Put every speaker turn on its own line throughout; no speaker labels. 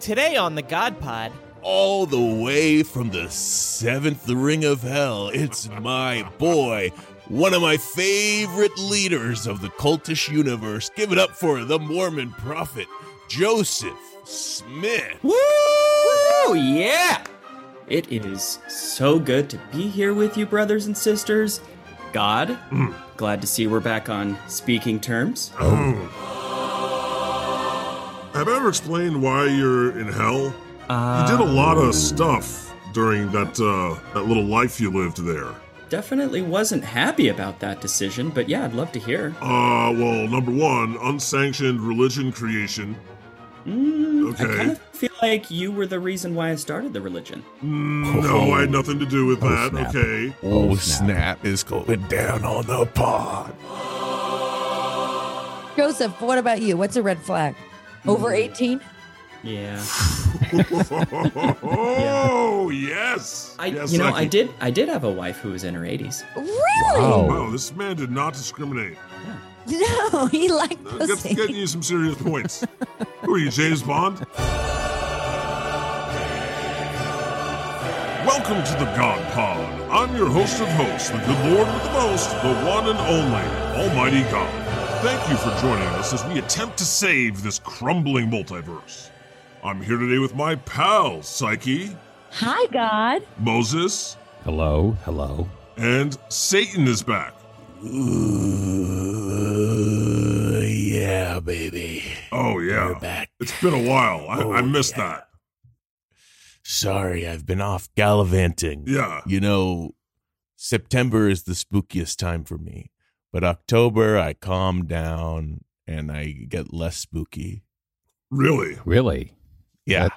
Today on the God Pod,
all the way from the seventh ring of hell. It's my boy, one of my favorite leaders of the cultish universe. Give it up for the Mormon prophet, Joseph Smith.
Woo! Yeah! It is so good to be here with you, brothers and sisters. God, glad to see we're back on speaking terms.
Have I ever explained why you're in hell?
Uh,
you did a lot of stuff during that uh, that little life you lived there.
Definitely wasn't happy about that decision, but yeah, I'd love to hear.
Uh, well, number one, unsanctioned religion creation.
Mm, I kind
okay.
of feel like you were the reason why I started the religion.
Mm, no, I had nothing to do with that.
snap.
Okay.
Oh, snap is going down on the pod.
Joseph, what about you? What's a red flag? Over 18?
Yeah.
oh yes.
I,
yes,
you know, I did I did have a wife who was in her 80s.
Really?
Wow.
Oh, Wow, this man did not discriminate.
No, he liked
Uh, That's
pussy.
getting you some serious points. Who are you, James Bond? Welcome to the God Pod. I'm your host of hosts, the good Lord with the most, the one and only Almighty God. Thank you for joining us as we attempt to save this crumbling multiverse. I'm here today with my pals, Psyche,
Hi, God.
Moses,
Hello, hello.
and Satan is back.
Ooh, yeah, baby.
Oh,
We're
yeah.
back.
It's been a while. I,
Oh,
I missed
yeah.
that.
Sorry, I've been off gallivanting.
Yeah.
You know, September is the spookiest time for me, but October I calm down and I get less spooky.
Really?
Really?
Yeah.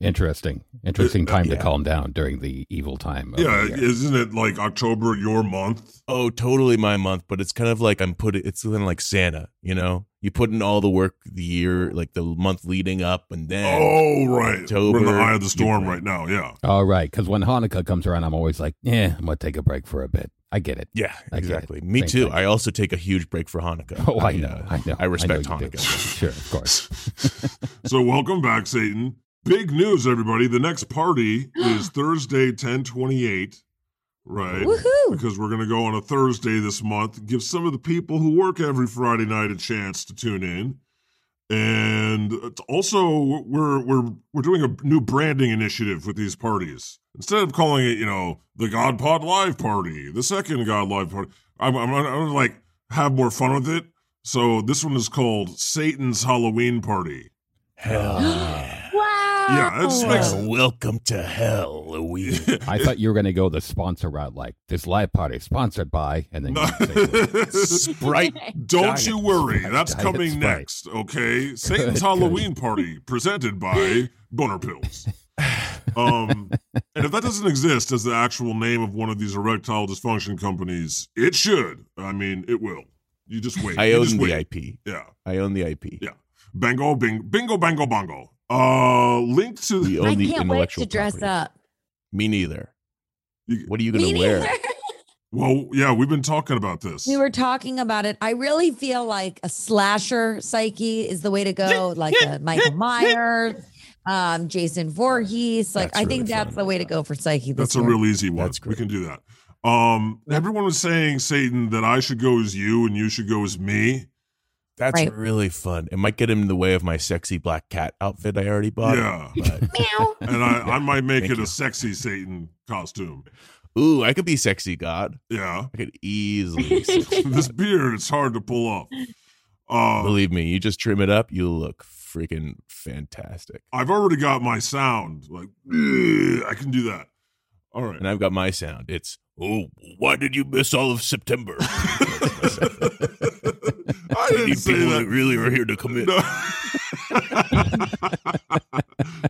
Interesting. Interesting
Uh,
time
yeah.
to calm down during the evil time. Of
Yeah,
the year.
isn't it like October your month?
Oh, totally my month, but it's kind of like I'm putting it's kind of like Santa, you know? You put in all the work the year, like the month leading up, and then.
oh, right. We're in the
October,
eye of the storm
yeah.
right now. Yeah.
All right. Because when Hanukkah comes around, I'm always like, yeah, I'm going to take a break for a bit. I get it.
Yeah,
I get it.
exactly. Me
Same
too.
thing.
I also take a huge break for Hanukkah.
Oh, I
uh,
know. I know.
I respect
know you do.
Hanukkah.
Sure, of course.
So welcome back, Satan. Big news, everybody. The next party is Thursday, ten twenty-eight. Right.
Woohoo.
Because we're gonna go on a Thursday this month. Give some of the people who work every Friday night a chance to tune in. And it's also, we're we're we're doing a new branding initiative with these parties. Instead of calling it, you know, the God Pod Live Party, the second God Live Party, I'm I'm, I'm gonna like have more fun with it. So this one is called Satan's Halloween Party.
Hell. yeah.
Wow.
Yeah, that's makes-
Welcome to hell, Louise.
I thought you were going to go the sponsor route, like this live party is sponsored by, and then you say,
Sprite
Don't
Diet
you worry,
Sprite,
that's
Diet
coming
Sprite.
next, okay? Satan's
Good,
Halloween Party, presented by Boner Pills. Um, and if that doesn't exist as the actual name of one of these erectile dysfunction companies, it should. I mean, it will. You just wait.
I
You
own
just
the
wait.
IP.
Yeah.
I own the IP.
Yeah. Bingo, bing, bingo, bango, bongo. Uh, link to
We own
I
the
can't wait
intellectual
to dress
property.
up.
Me neither.
You-
What are you
Me
gonna wear?
neither.
well, yeah, we've been talking about this.
We were talking about it. I really feel like a slasher psyche is the way to go, like a Michael Myers, um, Jason Voorhees. Like,
That's
I
really
think that's
fun.
the way to go for psyche. This
That's a
year.
real easy one.
That's
We
great.
can do that. Um, everyone was saying, Satan, that I should go as you and you should go as me.
That's
Right.
really fun. It might get him in the way of my sexy black cat outfit I already bought.
Yeah.
But,
meow.
And I, I might make
Thank
it
you.
a sexy Satan costume.
ooh, I could be sexy god.
Yeah.
I could easily. be sexy
this
god.
beard, it's hard to pull off. Uh,
Believe me, you just trim it up, you'll look freaking fantastic.
I've already got my sound. Like, "Ugh," I can do that. All right.
And I've got my sound. It's oh, why did you miss all of September?
I
We
didn't
need
say
people
that.
that really are here to commit.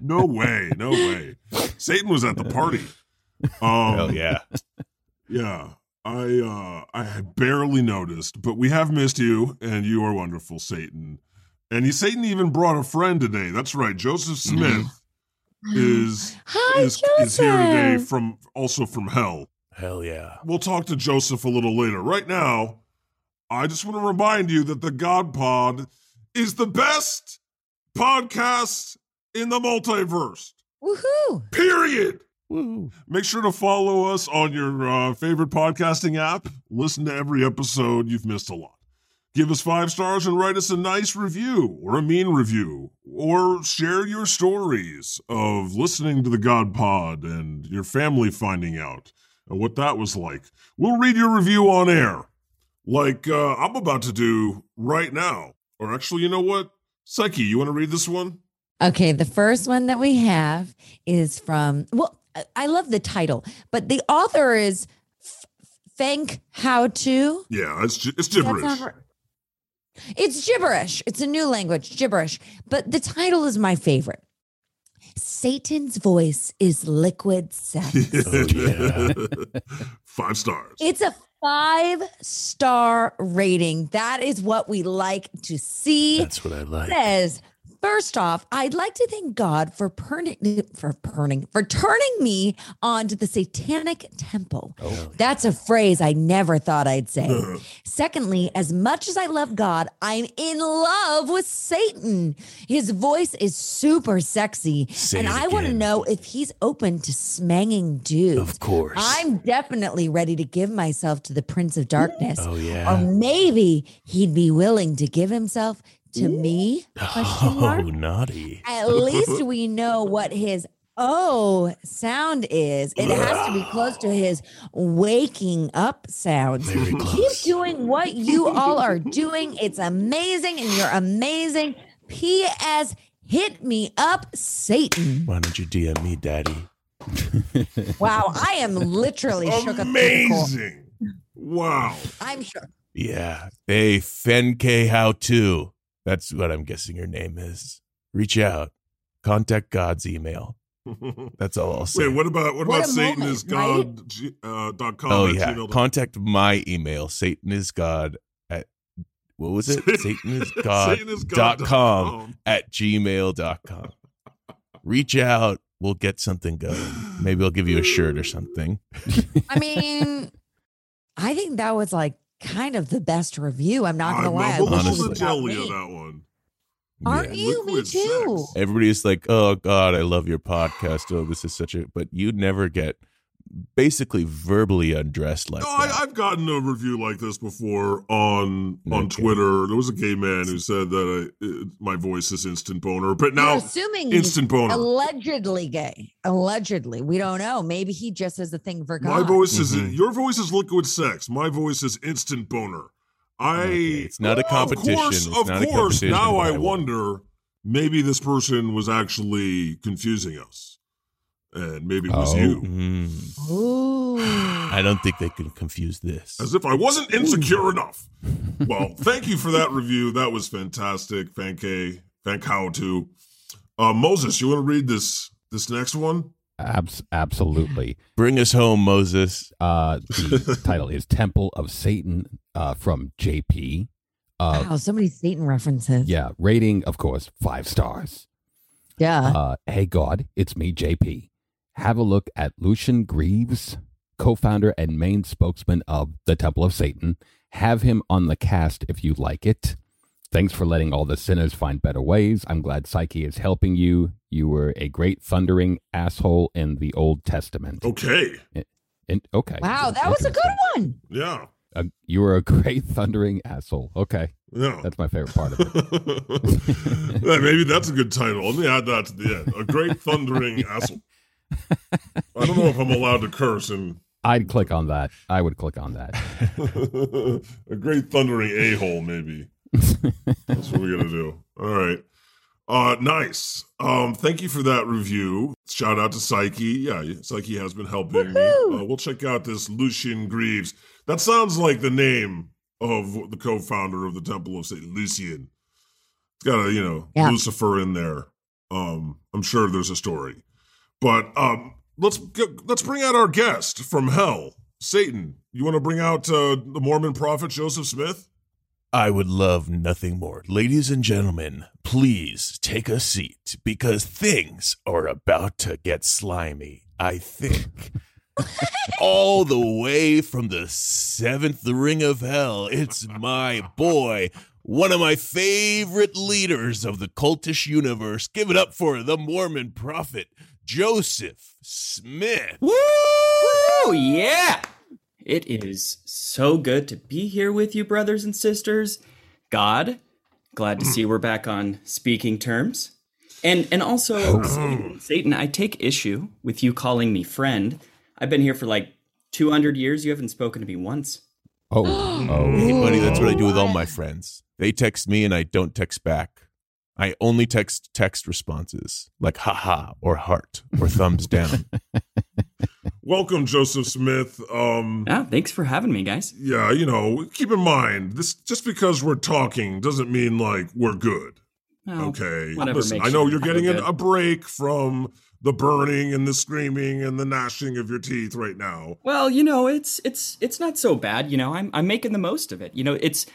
No. no way. No way. Satan was at the party. Um,
Hell yeah.
Yeah. I uh I barely noticed, but we have missed you and you are wonderful, Satan. And he Satan even brought a friend today. That's right. Joseph
Mm-hmm.
Smith is
Hi,
is, is here today
Joseph.
from also from hell.
Hell yeah.
We'll talk to Joseph a little later. Right now, I just want to remind you that the God Pod is the best podcast in the multiverse.
Woohoo!
Period.
Woo.
Make sure to follow us on your uh, favorite podcasting app. Listen to every episode. You've missed a lot. Give us five stars and write us a nice review or a mean review, or share your stories of listening to the God Pod and your family finding out and what that was like. We'll read your review on air, like uh, I'm about to do right now. Or actually, you know what? Psyche, you want to read this one?
Okay, the first one that we have is from, well, I- I love the title, but the author is F- Fank How To.
Yeah, it's gi- it's
That's not
gibberish.
right. It's gibberish. It's a new language, gibberish. But the title is my favorite. Satan's voice is liquid sex.
Oh, Five stars.
It's a five star rating. That is what we like to see.
That's what I like.
says, first off, I'd like to thank God for perning for perning for turning me onto the satanic temple.
Oh.
That's a phrase I never thought I'd say. Secondly, as much as I love God, I'm in love with Satan. His voice is super sexy.
Say
and
it
I want to
again.
know if he's open to smanging dudes.
Of course.
I'm definitely ready to give myself to the Prince of Darkness.
Oh,
Or
yeah.
maybe he'd be willing to give himself to me? Question
Oh,
mark.
naughty.
At least we know what his oh sound is. It has to be close to his waking up sound.
Very
Keep
close.
doing what you all are doing. It's amazing and you're amazing. P.S. Hit me up, Satan.
Why don't you DM me, Daddy?
Wow, I am literally shook up. to the core.
Amazing. Wow.
I'm shook.
Yeah. Hey, Fenke How To. That's what I'm guessing your name is. Reach out. Contact God's email. That's all I'll say.
Wait, what about what,
What
about
a
Satan
moment,
is God g- uh, dot com?
oh,
at
yeah.
gmail dot-
Contact my email, Satan is God at, what was it? Satan is God
Satan is
dot
God
com at gmail.com. Reach out. We'll get something going. Maybe I'll give you a shirt or something.
I mean, I think that was like kind of the best review. I'm not gonna
I'm
lie. I
a
wish it
little
was
Honestly.
about
jelly
me.
of that one.
Aren't
Yeah.
you? Me
Liquid
too.
sex.
Everybody's like, "Oh God, I love your podcast. Oh, this is such a..." But you never get basically verbally undressed like
No, I,
that.
I've gotten a review like this before on on
Okay.
Twitter. There was a gay man who said that I, uh, my voice is instant boner, but
You're
now
assuming he's
instant boner.
allegedly gay. Allegedly, we don't know. Maybe he just has a thing for
My
God.
voice is
Mhm.
your voice is liquid sex. My voice is instant boner. I
Okay, it's not a competition.
Of course,
It's
of
not a
course.
competition,
now
but
I
I won.
wonder. Maybe this person was actually confusing us, and maybe it was
Oh.
you.
Mm.
Ooh.
I don't think they can confuse this.
As if I wasn't insecure enough. Well, thank you for that review. That was fantastic. Thank you. Thank how to. Uh, Moses, you want to read this this next one?
Abs- absolutely.
Bring us home, Moses.
Uh, the title is Temple of Satan uh, from JP. Uh,
wow, so many Satan references. Yeah.
yeah, rating, of course, five stars. Uh, hey, God, it's me, JP. Have a look at Lucian Greaves, co founder and main spokesman of the Temple of Satan. Have him on the cast if you like it. Thanks for letting all the sinners find better ways. I'm glad Psyche is helping you. You were a great thundering asshole in the Old Testament.
Okay.
And, okay.
wow, that was a good one.
Yeah.
Uh, you were a great thundering asshole. Okay.
Yeah.
That's my favorite part of it.
Yeah, maybe that's a good title. Let me add that to the end. A great thundering asshole. I don't know if I'm allowed to curse and
I'd click on that. I would click on that.
a great thundering a hole, maybe. That's what we're gonna do. All right. Uh nice. Um, thank you for that review. Shout out to Psyche. Yeah, Psyche has been helping me.
Woohoo!
Uh, we'll check out this Lucian Greaves. That sounds like the name of the co-founder of the Temple of Satan, Lucian. It's got a, you know,
Yeah.
Lucifer in there. Um, I'm sure there's a story. But um let's get, let's bring out our guest from hell, Satan. You want to bring out uh, the Mormon prophet Joseph Smith?
I would love nothing more. Ladies and gentlemen, please take a seat because things are about to get slimy, I think. All the way from the seventh ring of hell, it's my boy. one of my favorite leaders of the cultish universe. Give it up for the Mormon prophet, Joseph Smith.
Woo! Yeah! It is so good to be here with you, brothers and sisters. God, glad to see we're back on speaking terms. And and also, Satan, Satan, I take issue with you calling me friend. I've been here for like 200 years. You haven't spoken to me once.
Oh, oh.
Hey, buddy, that's what I do with all my friends. They text me and I don't text back. I only text text responses like haha or heart or thumbs down.
Welcome, Joseph Smith. Um,
Ah, thanks for having me, guys.
yeah, you know, keep in mind this just because we're talking doesn't mean like we're good.
Well,
Okay.
Oh, whatever
Listen,
makes
I know
you
you're
feel
getting an,
good.
a break from the burning and the screaming and the gnashing of your teeth right now.
Well, you know, it's it's it's not so bad. You know, I'm I'm making the most of it. You know, it's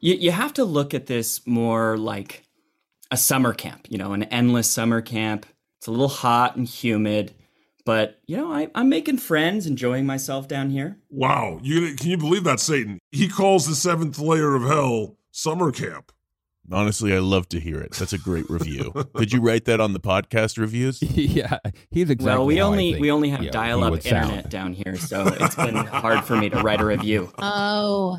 you you have to look at this more like a summer camp. You know, an endless summer camp. It's a little hot and humid, but you know, I, I'm making friends, enjoying myself down here.
Wow. You can you believe that, Satan? He calls the seventh layer of hell summer camp.
Honestly, I love to hear it. That's a great review. Did you write that on the podcast reviews?
yeah, he's exactly.
well, we
how I
only
think,
we only have
you know, he
dial-up
would
internet
sound.
down here, so it's been hard for me to write a review.
Oh.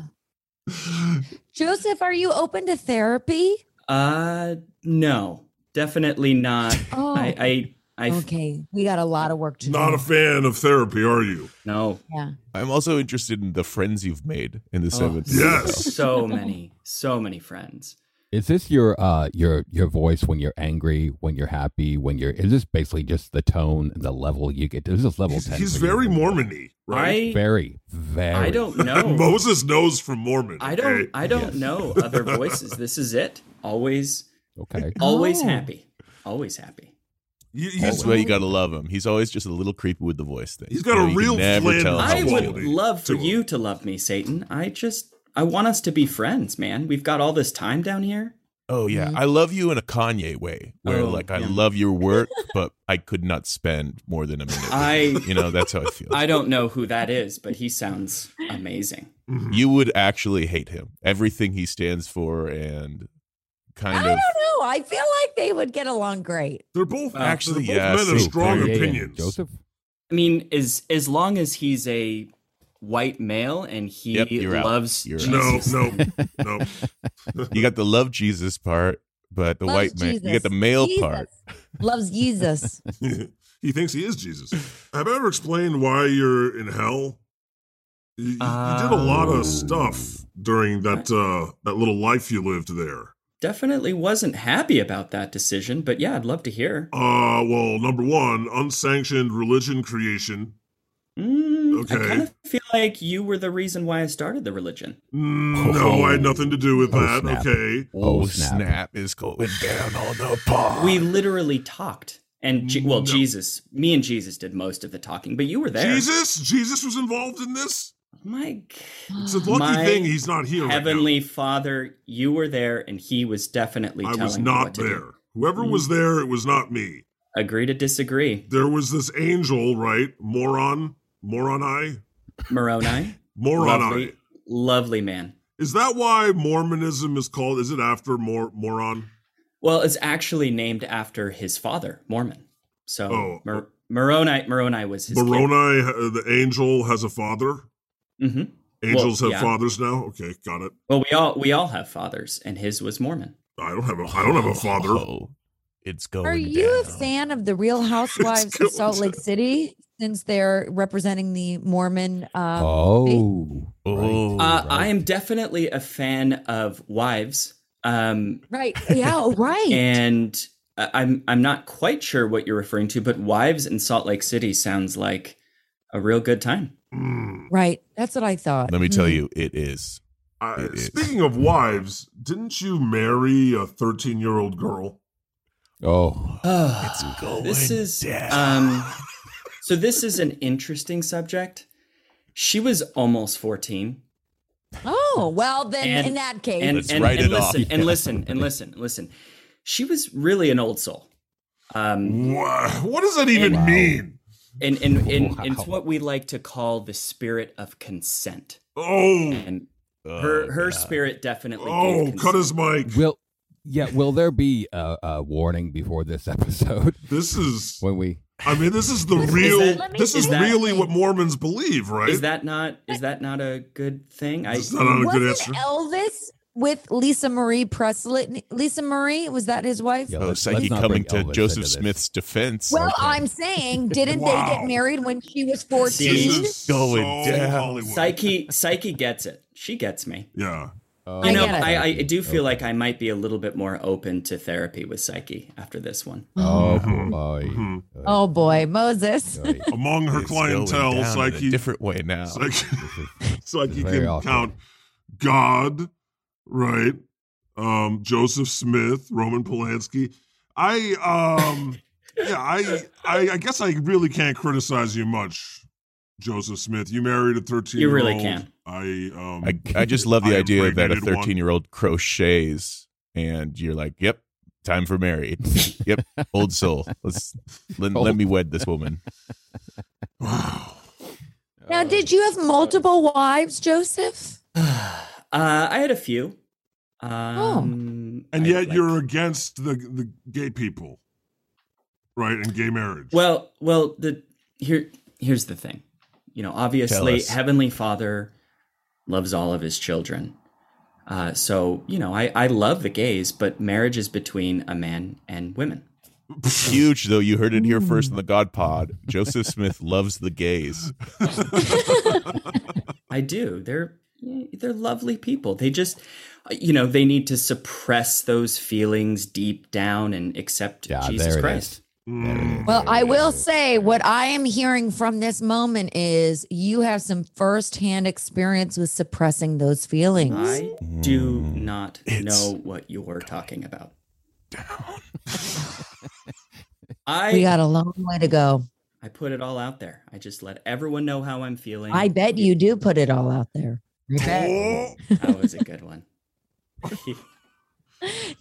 Joseph, are you open to therapy?
Uh, no, definitely not.
Oh,
I I I
okay. We got a lot of work to
Not
do.
a fan of therapy, are you?
no.
yeah.
I'm also interested in the friends you've made in the
Oh,
seventh.
Yes.
so many, so many friends.
Is this your uh your your voice when you're angry, when you're happy, when you're? Is this basically just the tone and the level you get? to? This is level
He's,
ten.
he's
for you.
very Mormony, right?
I
very, very.
I don't know.
Moses knows from Mormon.
I
okay?
don't I
Yes.
don't know other voices. This is it. Always
Okay.
always
Oh.
happy. Always happy.
You- you-
That's why you gotta love him. He's always just a little creepy with the voice thing.
He's got a
You can
real
never
flair.
tell how
I
he's
Always
would
feeling.
happy.
love for
To-
you to love me, Satan. I just I want us to be friends, man. We've got all this time down here.
Oh yeah,
Mhm.
I love you in a Kanye way, where
Mm-hmm. Oh,
like I
yeah.
love your work, but I could not spend more than a minute. with
I-
you You know, that's how I feel.
I don't know who that is, but he sounds amazing.
Mhm.
you would actually hate him, everything he stands for, and
I
kind
don't
of.
know. I feel like they would get along great.
They're both
Well,
Actually,
they're both
yeah,
men of
so
strong
Kanye and
opinions.
Joseph.
I mean, as as long as he's a white male and he
Yep, you're out.
loves
You're out.
No,
Jesus.
no, no.
You got the love Jesus part, but the
Loves
white man. You
Jesus.
got the male
Jesus.
part.
Loves Jesus.
he thinks he is Jesus. Have I ever explained why you're in hell? You, you- you did a lot
Um,
of stuff during that uh, that little life you lived there.
Definitely wasn't happy about that decision, but yeah, I'd love to hear.
Uh, well, number one, unsanctioned religion creation.
Mm, I
Okay.
kind of feel like you were the reason why I started the religion.
Mm, No, I had nothing to do with
Oh,
that.
snap.
Okay.
Oh, snap.
is going down on the pod.
We literally talked, and Je- well,
No.
Jesus, me and Jesus did most of the talking, but you were there.
Jesus, Jesus was involved in this.
my g-
It's a lucky
My
thing he's not here. right now.
heavenly Father, you were there, and he was definitely
I
telling
was
me
not
what to do. Mm-hmm.
there. Whoever was there, it was not me.
Agree to disagree,
There was this angel, right? Moron, moron eye,
Moroni.
moron eye.
lovely, lovely man.
Is that why Mormonism is called? Is it after mor- moron?
Well, it's actually named after his father, Mormon. So
Oh.
Mor- Moroni, Moroni was his.
Moroni, uh, the angel has a father.
hmm
Angels
Well, yeah.
have fathers now. Okay, got it.
Well, we all we all have fathers, and his was Mormon.
I don't have a. I don't have a father.
Oh, it's going.
Are you a
down.
fan of the Real Housewives of
going
Salt Lake City since they're representing the Mormon? Um,
oh,
Oh.
right.
Uh, I am definitely a fan of wives, um,
Right. Yeah. oh, Right.
and I- I'm I'm not quite sure what you're referring to, but wives in Salt Lake City sounds like a real good time.
Mm.
right. That's what I thought.
Let me tell
Mm-hmm.
Mhm.
you, it is.
I,
It is.
speaking of wives, didn't you marry a thirteen-year-old girl?
oh,
it's
going
This is
down.
um, so this is an interesting subject. She was almost 14.
Oh well, then
And-
in that case,
and,
Let's
and,
write
and
it off.
listen, and listen, and listen, listen. She was really an old soul. Um,
Wha What does that even
Wow.
mean?
and and, and, and it's
Wow.
what we like to call the spirit of consent.
Oh,
And Her her spirit definitely. gave
Oh, cut
consent.
his mic.
Will yeah, will there be a, a warning before this episode
This is.
when we
I mean, this is the
Is
real.
that-
this is
is that-
really what Mormons believe, right?
Is that not is that not a good thing? I
It's not
Oh,
a good answer.
Wasn't Elvis with Lisa Marie Presley? Lisa Marie was that his wife?
Yeah,
Oh,
let's-
Psyche
let's not
coming
bring
to
Elvis into
Joseph
this.
Smith's defense.
Well,
Okay.
I'm saying, didn't
Wow.
they get married when she was
this
14?
is
Going
so
down.
Hollywood.
Psyche Psyche gets it. She gets me.
Yeah.
Oh,
I
You know,
get it.
I, I do feel like I might be a little bit more open to therapy with Psyche after this one.
Oh
Mhm.
boy.
Mhm.
Oh boy, Moses.
Boy.
Among her
It's going
clientele,
down in a
Psyche,
different way now.
Psyche,
This is- this
Psyche
is very
can
awkward.
count God, right? Um, Joseph Smith, Roman Polanski. I um yeah, I, I I guess I really can't criticize you much, Joseph Smith. You married a 13
You
year
really
old.
can.
I um
I, I just love the
I
idea that a
impregnated one.
13 year old crochets and you're like, yep, time for married. yep, old soul. Let's let, let
Old.
me wed this woman.
wow.
Uh, Oh,
Now, did you have multiple wives, Joseph?
uh, I had a few.
Oh.
Um,
And
I
yet
like-
you're against the the gay people. Right, and gay marriage.
Well, well, the here here's the thing. You know, obviously,
us.
Heavenly Father loves all of his children. Uh, so you know, I, I love the gays, but marriage is between a man and women.
Huge, though. You heard it here first in the God Pod. Joseph Smith loves the gays.
I do. They're they're lovely people. They just you know they need to suppress those feelings deep down and accept
Yeah,
Jesus
there it
Christ.
is.
Hmm.
There it is.
Well, I will say what I am hearing from this moment is you have some firsthand experience with suppressing those feelings.
I do
Hmm.
Mm.
not
It's
know what you're talking about. I
we got a long way to go.
I put it all out there. I just let everyone know how I'm feeling.
I bet you do put it all out there. I bet.
Oh,
that was a good one.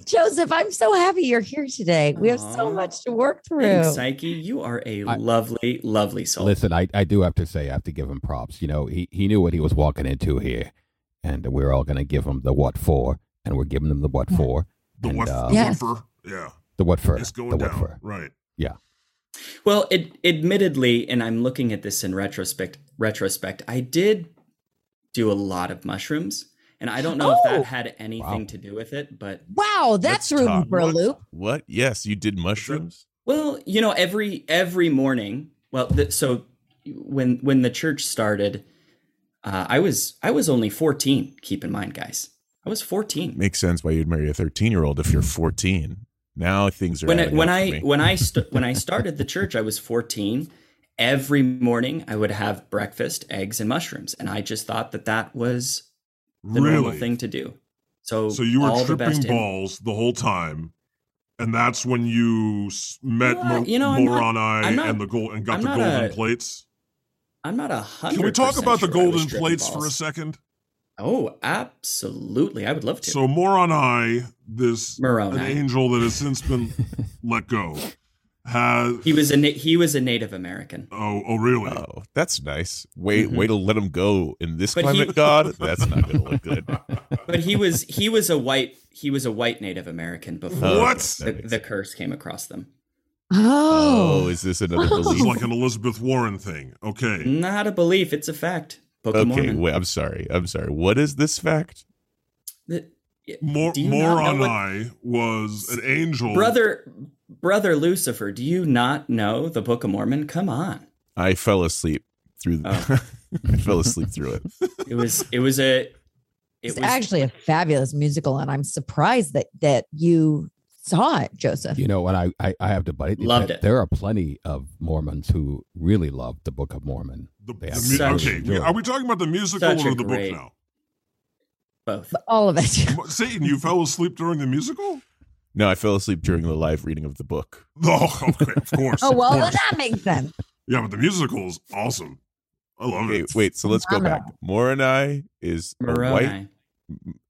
Joseph, I'm so happy you're here today. We have so
Aw.
much to work
And
through.
Psyche, you are a
I-
lovely, lovely soul.
Listen, I, I do have to say I have to give him props. You know, he, he knew what he was walking into here, and we're all gonna give him the what for, and we're giving him the what for,
the
And,
what,
uh,
the
Yes.
what for? Yeah.
the what for,
It's
the
going
what
down.
for.
Right.
Well, it, admittedly, and I'm looking at this in retrospect. Retrospect, I did do a lot of mushrooms, and I don't know if
Oh!
that had anything to do with it. But
Wow, that's
Let's
room
talk.
for a
What?
loop.
What? Yes, you did mushrooms?
well, you know, every every morning. Well, th- so when when the church started, uh, I was I was only 14. Keep in mind, guys, I was 14.
Makes sense why you'd marry a 13 year old if you're 14. Now things are
when I,
adding
when
up for
I
me.
when I st- when I started the church, I was 14. Every morning, I would have breakfast, eggs, and mushrooms, and I just thought that that was the normal
really?
thing to do. So,
So you
all
were
the
tripping
best in-
balls the whole time, and that's when you s- met
Well,
Mo-
you know, I'm not-
Moron Eye
I'm not-
and the gold and got
I'm
the
not
golden
a-
plates.
I'm not a hundred.
Can we talk
percent
about the
sure I was
golden
tripping
plates for a
balls.
second?
Oh, absolutely! I would love to.
So Moron Eye, this
Moroni.
an angel that has since been let go, has
he was a na- he was a Native American.
oh oh really?
Oh, that's nice. Way,
Mm-hmm.
Mhm.
way to let him go in this
But he-
climate, God. That's not going to look good.
But he was he was a white he was a white Native American before
Oh,
What?
that
the,
makes
the curse came across them.
Oh,
Oh,
is this another
This is
belief?
like an Elizabeth Warren thing. Okay,
Not a belief; it's a fact. Book of
okay,
Mormon.
wait. I'm sorry. I'm sorry. What is this fact?
The- it-
Mor-
do you not know
Moron
what-
Eye was an angel.
brother brother lucifer do you not know the book of mormon come on
I fell asleep through. The- I fell asleep through it.
it was it was a it
it's
was
actually a fabulous musical, and I'm surprised that that you saw it, Joseph.
You know, and I, I, I have to butt it.
Loved
that
it.
There are plenty of Mormons who really love the Book of Mormon.
The,
They
the
have
mu-
such-
okay,
enjoy.
are we talking about the musical
Such a
or the
great-
book now?
both
All of it.
Mo- Satan, you fell asleep during the musical?
No, I fell asleep during the live reading of the book.
Oh, okay, of course.
Oh
of
well, then
course.
that makes sense.
yeah, but the musical is awesome. I love
Okay,
it.
wait. So let's go back. Moroni is a white,
moroni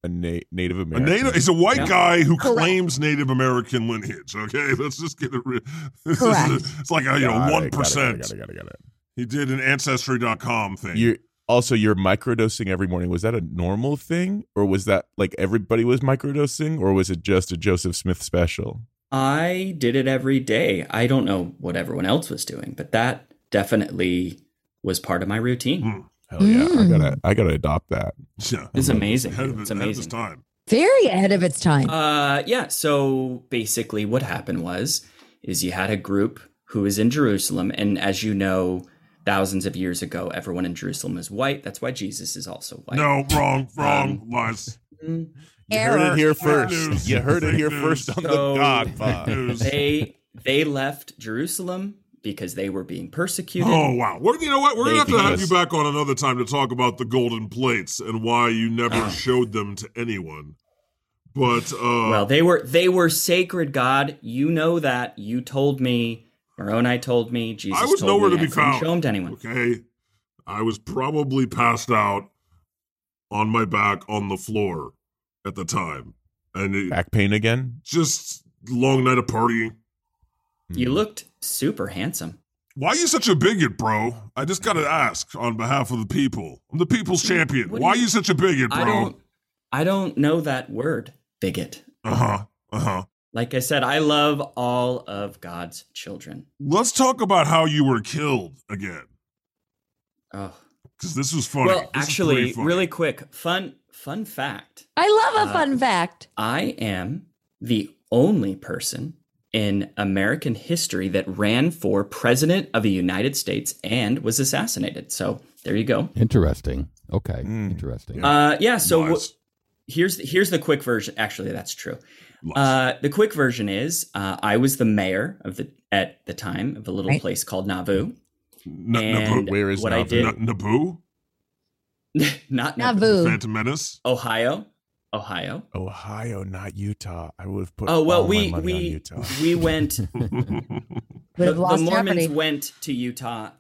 a na- Native
A
American.
native, he's a white
Yeah.
guy who
Correct.
claims Native American lineage. Okay, let's just get it. Re- this is a-
Correct.
it's like a, you know
Got it, got it,
one
got it, got
percent.
it, got it, got it.
He did an ancestry.com thing.
You're Also, you're microdosing every morning. Was that a normal thing, or was that like everybody was microdosing, or was it just a Joseph Smith special?
I did it every day. I don't know what everyone else was doing, but that definitely was part of my routine.
Mm.
Hell Oh, yeah! I
Mm.
gotta, I gotta adopt that.
Yeah.
It's amazing.
Ahead of,
It's
it- ahead of his
amazing.
time.
Very ahead of its time.
Uh, yeah. So basically, what happened was, is you had a group who was in Jerusalem, and as you know, thousands of years ago, everyone in Jerusalem is white. That's why Jesus is also white.
No, wrong, wrong, lies.
Mm.
You heard
Error.
it here
Fake
first.
news.
You heard it
Fake
here
news.
first on
So-
the Godfather.
News.
They they left Jerusalem because they were being persecuted.
Oh wow! We're, you know what? We're gonna have to have you
Yes.
back on another time to talk about the golden plates and why you never showed them to anyone. But uh,
Well, they were they were sacred, God. You know that. You told me. Moroni told me. Jesus
I was
told
nowhere
me.
to be
I couldn't
found.
Show them to anyone.
okay, I was probably passed out on my back on the floor at the time, and it,
Back pain again.
just long night of partying.
You
Hmm.
looked super handsome.
Why are you such a bigot, bro? I just gotta ask on behalf of the people. I'm the people's champion.
what do
Why are
you-
you such a bigot,
I
bro?
don't I don't know that word, bigot.
Uh huh. Uh huh.
Like I said, I love all of God's children.
Let's talk about how you were killed again,
Oh.
because this was funny.
Well,
This is
actually,
pretty funny.
really quick, fun fun fact.
I love a
Uh,
fun fact.
I am the only person in American history that ran for president of the United States and was assassinated. So, there you go.
Interesting. Okay.
Mm.
Interesting.
Uh yeah, so wh-
Lies.
here's here's the quick version. Actually, that's true.
Lies.
Uh, the quick version is uh, I was the mayor of the at the time of a little
Right.
place called Nauvoo.
N-
and
where is
what I
Nauvoo?
did?
N- Naboo,
not Nauvoo,
Naboo.
Phantom Menace.
Ohio, Ohio.
Ohio, not Utah. I would have put.
Oh well,
all
we
my money on
we
Utah.
we went.
Would
the,
have
the
lost
Mormons
Jeopardy.
went to Utah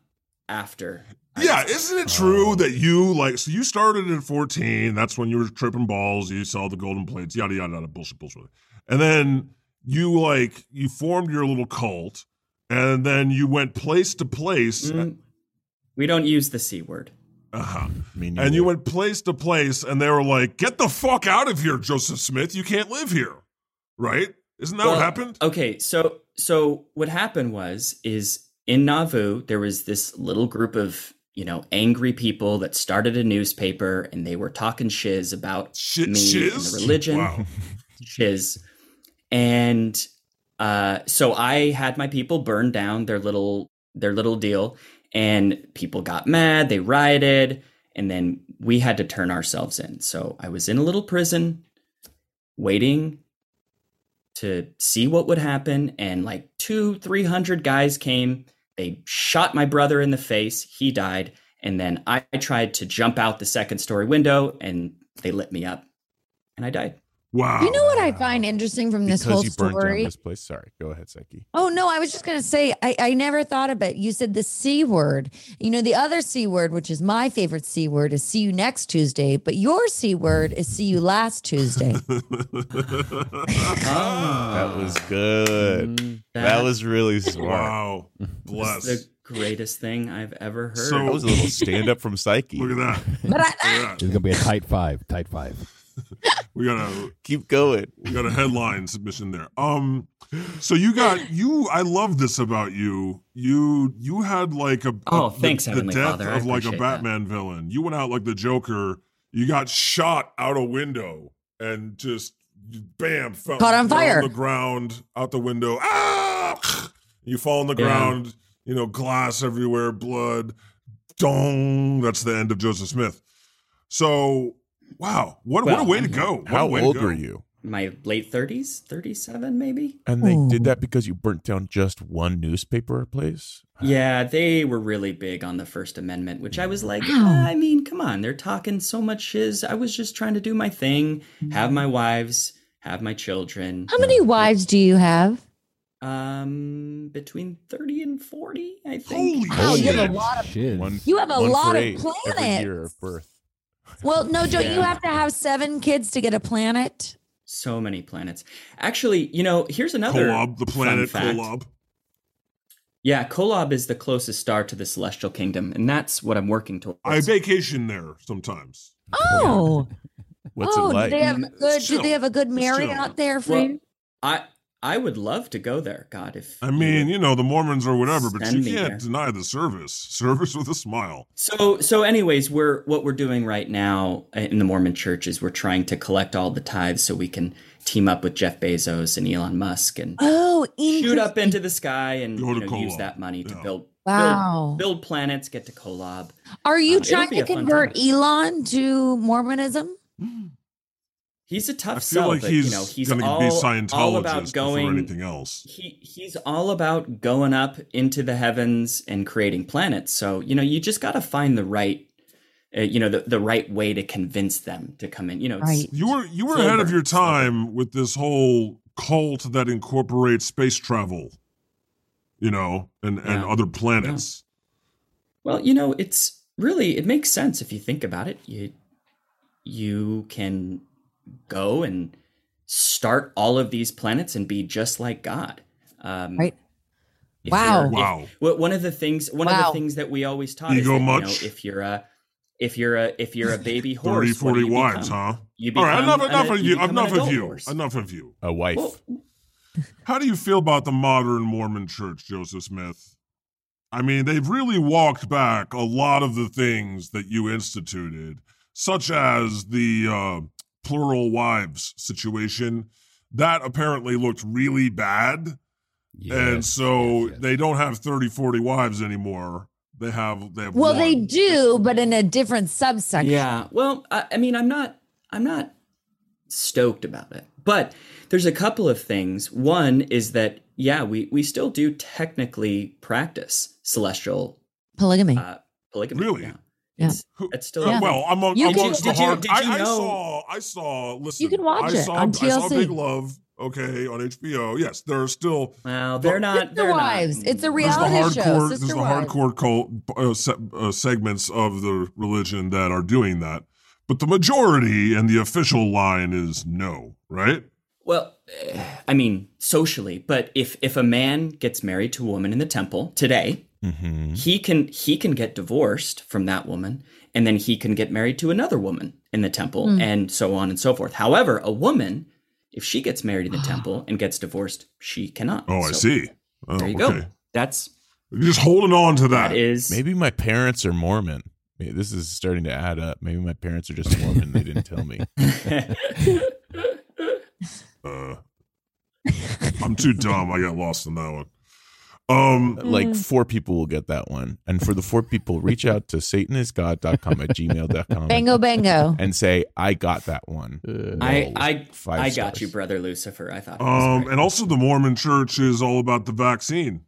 after. I
yeah,
was-
isn't it
Oh.
true that you like? So you started at fourteen. That's when you were tripping balls. You saw the golden plates. Yada yada yada. Bullshit, bullshit. And then you like you formed your little cult, and then you went place to place.
Mm, we don't use the c word.
Uh-huh.
Me
And you
neither.
went place to place, and they were like, "Get the fuck out of here, Joseph Smith. You can't live here." Right? Isn't that
Well,
what happened?
Okay, so so what happened was is in Nauvoo there was this little group of you know angry people that started a newspaper and they were talking shiz about
Shit,
me and
shiz.
the religion
Wow.
shiz, and uh, so I had my people burn down their little their little deal, and people got mad, they rioted, and then we had to turn ourselves in. So I was in a little prison, waiting to see what would happen and like two three hundred guys came they shot my brother in the face he died and then i tried to jump out the second story window and they lit me up and i died
Wow.
You know what I find interesting from this
Ah. because
whole
you burned down
story?
this place. Sorry, go ahead, Psyche.
Oh no, I was just gonna say I, I never thought about you said the C word. You know, the other C word, which is my favorite C word, is see you next Tuesday, but your C word is see you last Tuesday. Ah.
That was good. That, was really smart.
wow. Bless.
the greatest thing i've ever heard
So-
That was a little stand up from Psyche.
Look at that.
but
Look
I,
at
It's
that.
gonna be a tight five. Tight five.
We got a
Keep going.
we got a headline submission there. Um so you got you I love this about you. You you had like a, a-
Oh,
the-
thanks,
the,
Heavenly
death
Father. I
of like a
appreciate that.
Batman villain. You went out like the Joker. You got shot out a window and just bam fell,
Caught on
fell
fire.
on the ground out the window. Ah! You fall on the
Yeah.
ground, you know, glass everywhere, blood. Dong. That's the end of Joseph Smith. So, wow, what, what
Well,
a way
I'm
to
here.
go! What a
How
way to
old
go.
were you?
my late 30s 37 maybe
And they
Ooh.
did that because you burnt down just one newspaper place?
yeah they were really big on the first amendment which i
Mm.
was like
Wow.
"Ah, i mean come on they're talking so much shiz i was just trying to do my thing have my wives have my children
how many wives do you have?
Um, between thirty and forty, I think.
Holy
Wow, you have
shit.
a lot of
Shiz.
One-
you have a
One for
lot
eight
of
every year
planets.
of birth.
Well, no, don't you
Yeah.
have to have seven kids to get a planet?
So many planets. Actually, you know, here's another
Kolob, the planet
fun fact.
Kolob.
Yeah, Kolob is the closest star to the celestial kingdom, and that's what I'm working towards.
I vacation there sometimes.
Oh,
What's
oh,
it like?
Do they have
Mm,
good?
still,
do they have a good
still.
Marriott out there for
Well,
you?
I I would love to go there, God. If
I mean, you know, the Mormons or whatever, but
Send
you
me
can't
there.
deny the service. Service with a smile.
So so anyways, we're what we're doing right now in the Mormon church is we're trying to collect all the tithes so we can team up with Jeff Bezos and Elon Musk and
Oh,
shoot
interesting.
up into the sky and
Go
you
to
know, use
Kolob.
that money to
Yeah.
build,
Wow.
build build planets, get to Kolob.
Are
Uh,
you
it'll
trying
be
to
a fun
convert
time.
Elon to Mormonism?
He's a tough
I feel
sell,
like
but you
he's,
know, he's
going to
all,
be
all
Scientologist
about
before
going
anything else.
he he's all about going up into the heavens and creating planets. So you know, you just got to find the right, uh, you know, the, the right way to convince them to come in. You know, it's-
Right.
You were you were
Slow
ahead of
burn,
your
slow burn.
time with this whole cult that incorporates space travel, you know, and and
Yeah.
other planets.
well, you know, it's really it makes sense if you think about it. You you can go and start all of these planets and be just like God. Um,
Right.
if
Wow.
you're- if-
Wow.
Well, one of the things one of
Wow.
the things that we always taught is that,
Ego
you know,
much?
if you're a if you're a if you're a baby
30,
horse,
40
what do you
wives,
become?
huh?
You
All right,
become
enough,
an-
enough of
you
you.
become an
Enough of
adult
you.
horse.
Enough of you.
A wife.
Well,
How do you feel about the modern Mormon church, Joseph Smith? I mean, they've really walked back a lot of the things that you instituted, such as the uh, plural wives situation. That apparently looked really bad. and
Yes,
so
yes, yes.
they don't have 30, 40 wives anymore. They have, they have
Well,
one.
they do, but in a different subsection.
yeah. Well, I, I mean, I'm not I'm not stoked about it, but there's a couple of things. One is that yeah, we we still do technically practice celestial
Polygamy.
uh, polygamy.
Really?
Yeah.
Yeah.
It's,
Who-
it's still
Uh, Well, among,
You-
amongst
Did
the
you-
hard,
did
I,
you
I
know-
saw, I saw. Listen,
can watch
I
it
saw,
on
I saw
TLC.
Big Love, okay, on HBO. Yes, there are still
well, they're not.
Sister
They're
Wives.
Not,
It's
there's
a
the
reality show.
hardcore,
Sister
there's the
Wives.
hardcore cult uh, se- uh, segments of the religion that are doing that, but the majority and the official line is no, right?
Well, eh, I mean, socially, but if if a man gets married to a woman in the temple today,
Hmm?
Mm-hmm.
he can he can get divorced from that woman and then he can get married to another woman in the temple and so on and so forth. However, a woman if she gets married in the temple and gets divorced, she cannot.
Oh, I
So
see. Oh,
There you
okay. Ah,
go. That's
You're just holding on to that.
that is
Maybe my parents are Mormon. Maybe this is starting to add up. Maybe my parents are just Mormon. they didn't tell me.
uh, I'm too dumb. I got lost in that one. Um,
Like four people will get that one. And for the four people, reach out to satanisgod.com at gmail.com
Bango, bango.
and say, I got that one.
I
Uh,
Lol.
I
Five
I got
stars.
you, brother Lucifer. I thought. it was
Um,
great.
and also the Mormon Church is all about the vaccine.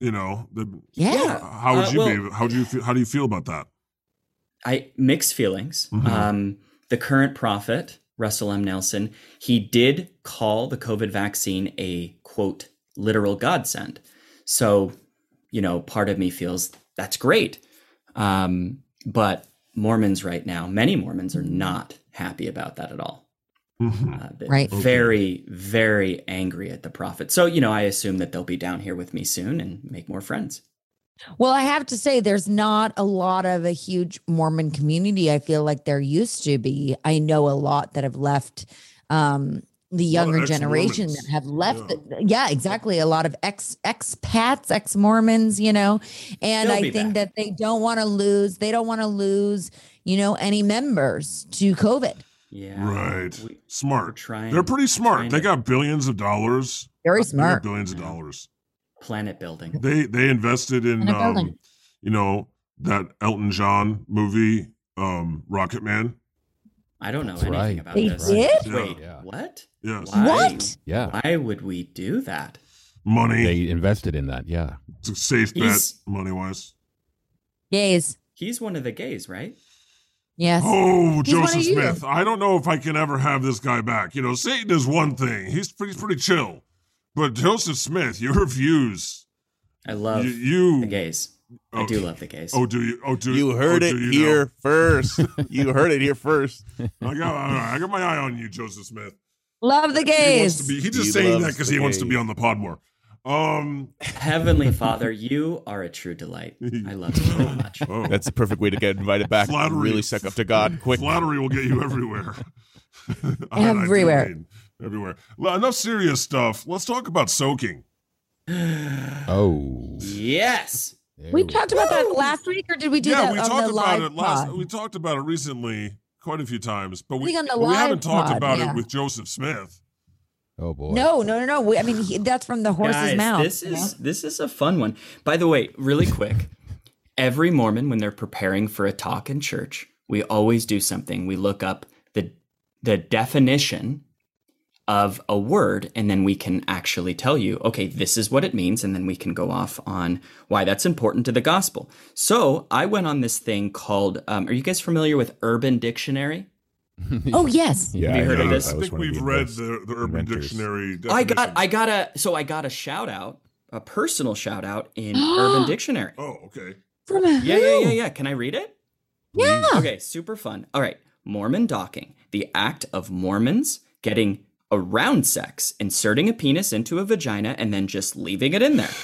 You know, the,
Yeah.
how would
Uh,
you
well-
be? How do you feel? How do you feel about that?
I mixed feelings.
Mhm.
Um, the current prophet, Russell M. Nelson, he did call the COVID vaccine a quote literal godsend. So, you know, part of me feels that's great. Um, but Mormons right now, many Mormons are not happy about that at all.
Mhm.
Uh, they're
Right.
Very, very angry at the prophet. So, you know, I assume that they'll be down here with me soon and make more friends.
Well, I have to say, there's not a lot of a huge Mormon community. I feel like there used to be. I know a lot that have left um, the younger
ex-Mormons.
generation that have left.
Yeah.
the- Yeah, exactly. A lot of ex expats, ex Mormons, you know, and
They'll
I
be back.
think that they don't want to lose. They don't want to lose, you know, any members to COVID.
Yeah.
Right,
We- we're
smart.
trying.
They're pretty smart.
trying
They
to-
got billions of dollars.
Very
They got
smart.
billions of
Yeah.
dollars.
planet building.
They they invested in
And a building.
um, you know that Elton John movie, um, Rocket Man.
I don't know
That's
anything
right.
about
They
this.
did?
Yeah.
Wait,
Yeah.
what?
Yes,
Why?
What?
yeah,
Why would we do that?
money.
they invested in that. Yeah.
it's a safe bet,
He's-
money wise.
Yes.
He's one of the gays, right?
Yes.
Oh,
He's one of
Joseph
you.
Smith. I don't know if I can ever have this guy back. You know, Satan is one thing. He's pretty, he's pretty chill. But Joseph Smith, your views.
I love
you. you-
the gays. I
Oh,
do love the gays.
Oh, do you? Oh, do
You heard
oh,
it
do you
here first. you heard it here first.
now? I got, I got my eye on you, Joseph Smith.
Love the
He wants to
gays.
be. He just
He
saying that
loves
because
the
he wants to
gays.
be on the pod more. Um,
Heavenly Father, you are a true delight. I love you very much.
oh,
That's the perfect way to get invited back.
Flattery.
Really suck up to God quick.
flattery will get you everywhere. And I do
Everywhere.
mean everywhere. Well, Enough serious stuff. Let's talk about soaking.
Oh.
Yes.
there
We talked about that last week, or did we do
yeah,
that
we
on
talked
the
about
live
it last.
pod?
We talked about it recently quite a few times, but we,
think on the
we
live
haven't talked
pod,
about
yeah.
it with Joseph Smith.
Oh boy.
No, no, no, no. We, I mean, he, that's from the horse's
Guys,
mouth.
This
you know?
is this is a fun one. By the way, really quick, every Mormon when they're preparing for a talk in church, we always do something. We look up the the definition of a word and then we can actually tell you, okay, this is what it means and then we can go off on why that's important to the gospel. So, I went on this thing called um, are you guys familiar with Urban Dictionary?
Oh yes.
Yeah,
Have you
I
heard of
know.
this?
I,
I was
think
one of
we've
the
read
inventors.
the, the Urban
inventors.
Dictionary.
I got
definition.
I got a so I got a shout out, a personal shout out in Urban Dictionary.
Oh, okay.
From a
Yeah, yeah, yeah, yeah. Can I read it?
Yeah.
Okay, super fun. All right. Mormon docking, the act of Mormons getting around sex, inserting a penis into a vagina, and then just leaving it in there.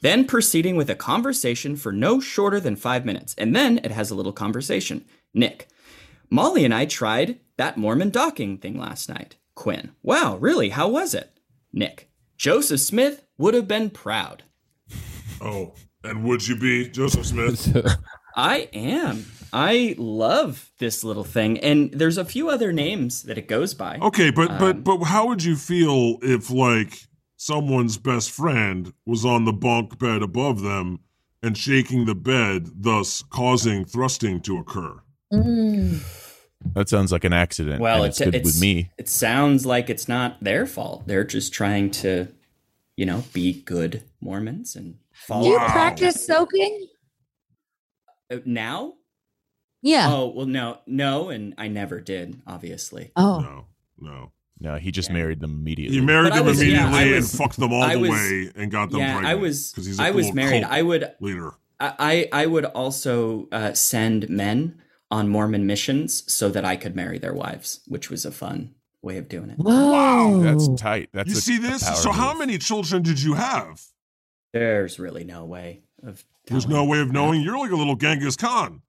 Then proceeding with a conversation for no shorter than five minutes. And then it has a little conversation. Nick, Molly and I tried that Mormon docking thing last night. Quinn, wow, really? How was it? Nick, Joseph Smith would have been proud.
Oh, and would you be Joseph Smith?
I am. I love this little thing, and there's a few other names that it goes by.
Okay, but
Um,
but but how would you feel if like someone's best friend was on the bunk bed above them and shaking the bed, thus causing thrusting to occur?
Mm.
That sounds like an accident.
Well,
and
it,
it's good
it's,
with me.
It sounds like it's not their fault. They're just trying to, you know, be good Mormons and follow.
Do you
Wow.
practice soaking?
Uh, now?
Yeah.
Oh well, no, no, and I never did, obviously.
Oh.
No, no.
No, he just
Yeah.
married them immediately.
You married
But I
them
was- yeah,
immediately
I
and
was-
fucked them all
I
the
was-
way and got them
yeah,
pregnant.
I was.
'cause he's a
I was
little
married.
cult
I would.
leader.
I I I would also uh, send men on Mormon missions so that I could marry their wives, which was a fun way of doing it.
Whoa.
That's tight. That's
You
a-
see
a
this?
power
So how
move.
many children did you have?
There's really no way of.
There's no
telling.
way of knowing. You're like a little Genghis Khan,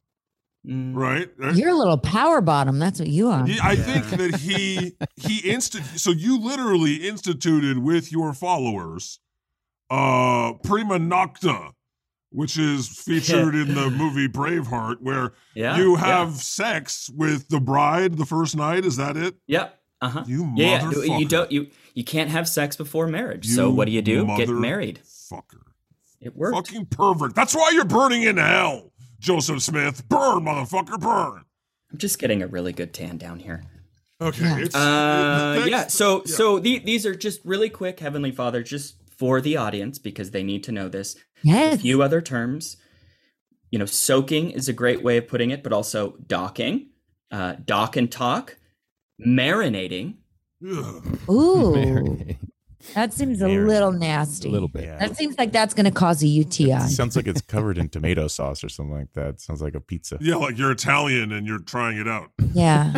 Mm.
right?
You're a little power bottom. That's what you are.
Yeah, I think that he he insti- so you literally instituted with your followers uh prima nocta which is featured in the movie Braveheart where
Yeah.
you
yeah,
have sex with the bride the first night is that it
Yep. Uh huh.
you
Yeah, yeah.
motherfucker
You don't. You you can't have sex before marriage.
You
so what do you do? Get
mother-
married.
fucker
It worked.
fucking pervert that's why you're burning in hell Joseph Smith burn motherfucker burn
I'm just getting a really good tan down here.
okay
Yeah.
it's,
Uh,
that's-
yeah. So
yeah.
so the, these are just really quick, Heavenly Father, just for the audience because they need to know this.
yes.
few other terms. You know, soaking is a great way of putting it, but also docking, uh, dock and talk, marinating.
Ugh.
Ooh. That seems a
Mary.
little nasty.
a little bit.
Yeah.
That seems like that's going to cause a UTI.
Sounds like it's covered in tomato sauce or something like that. Sounds like a pizza.
yeah like you're Italian and you're trying it out
Yeah.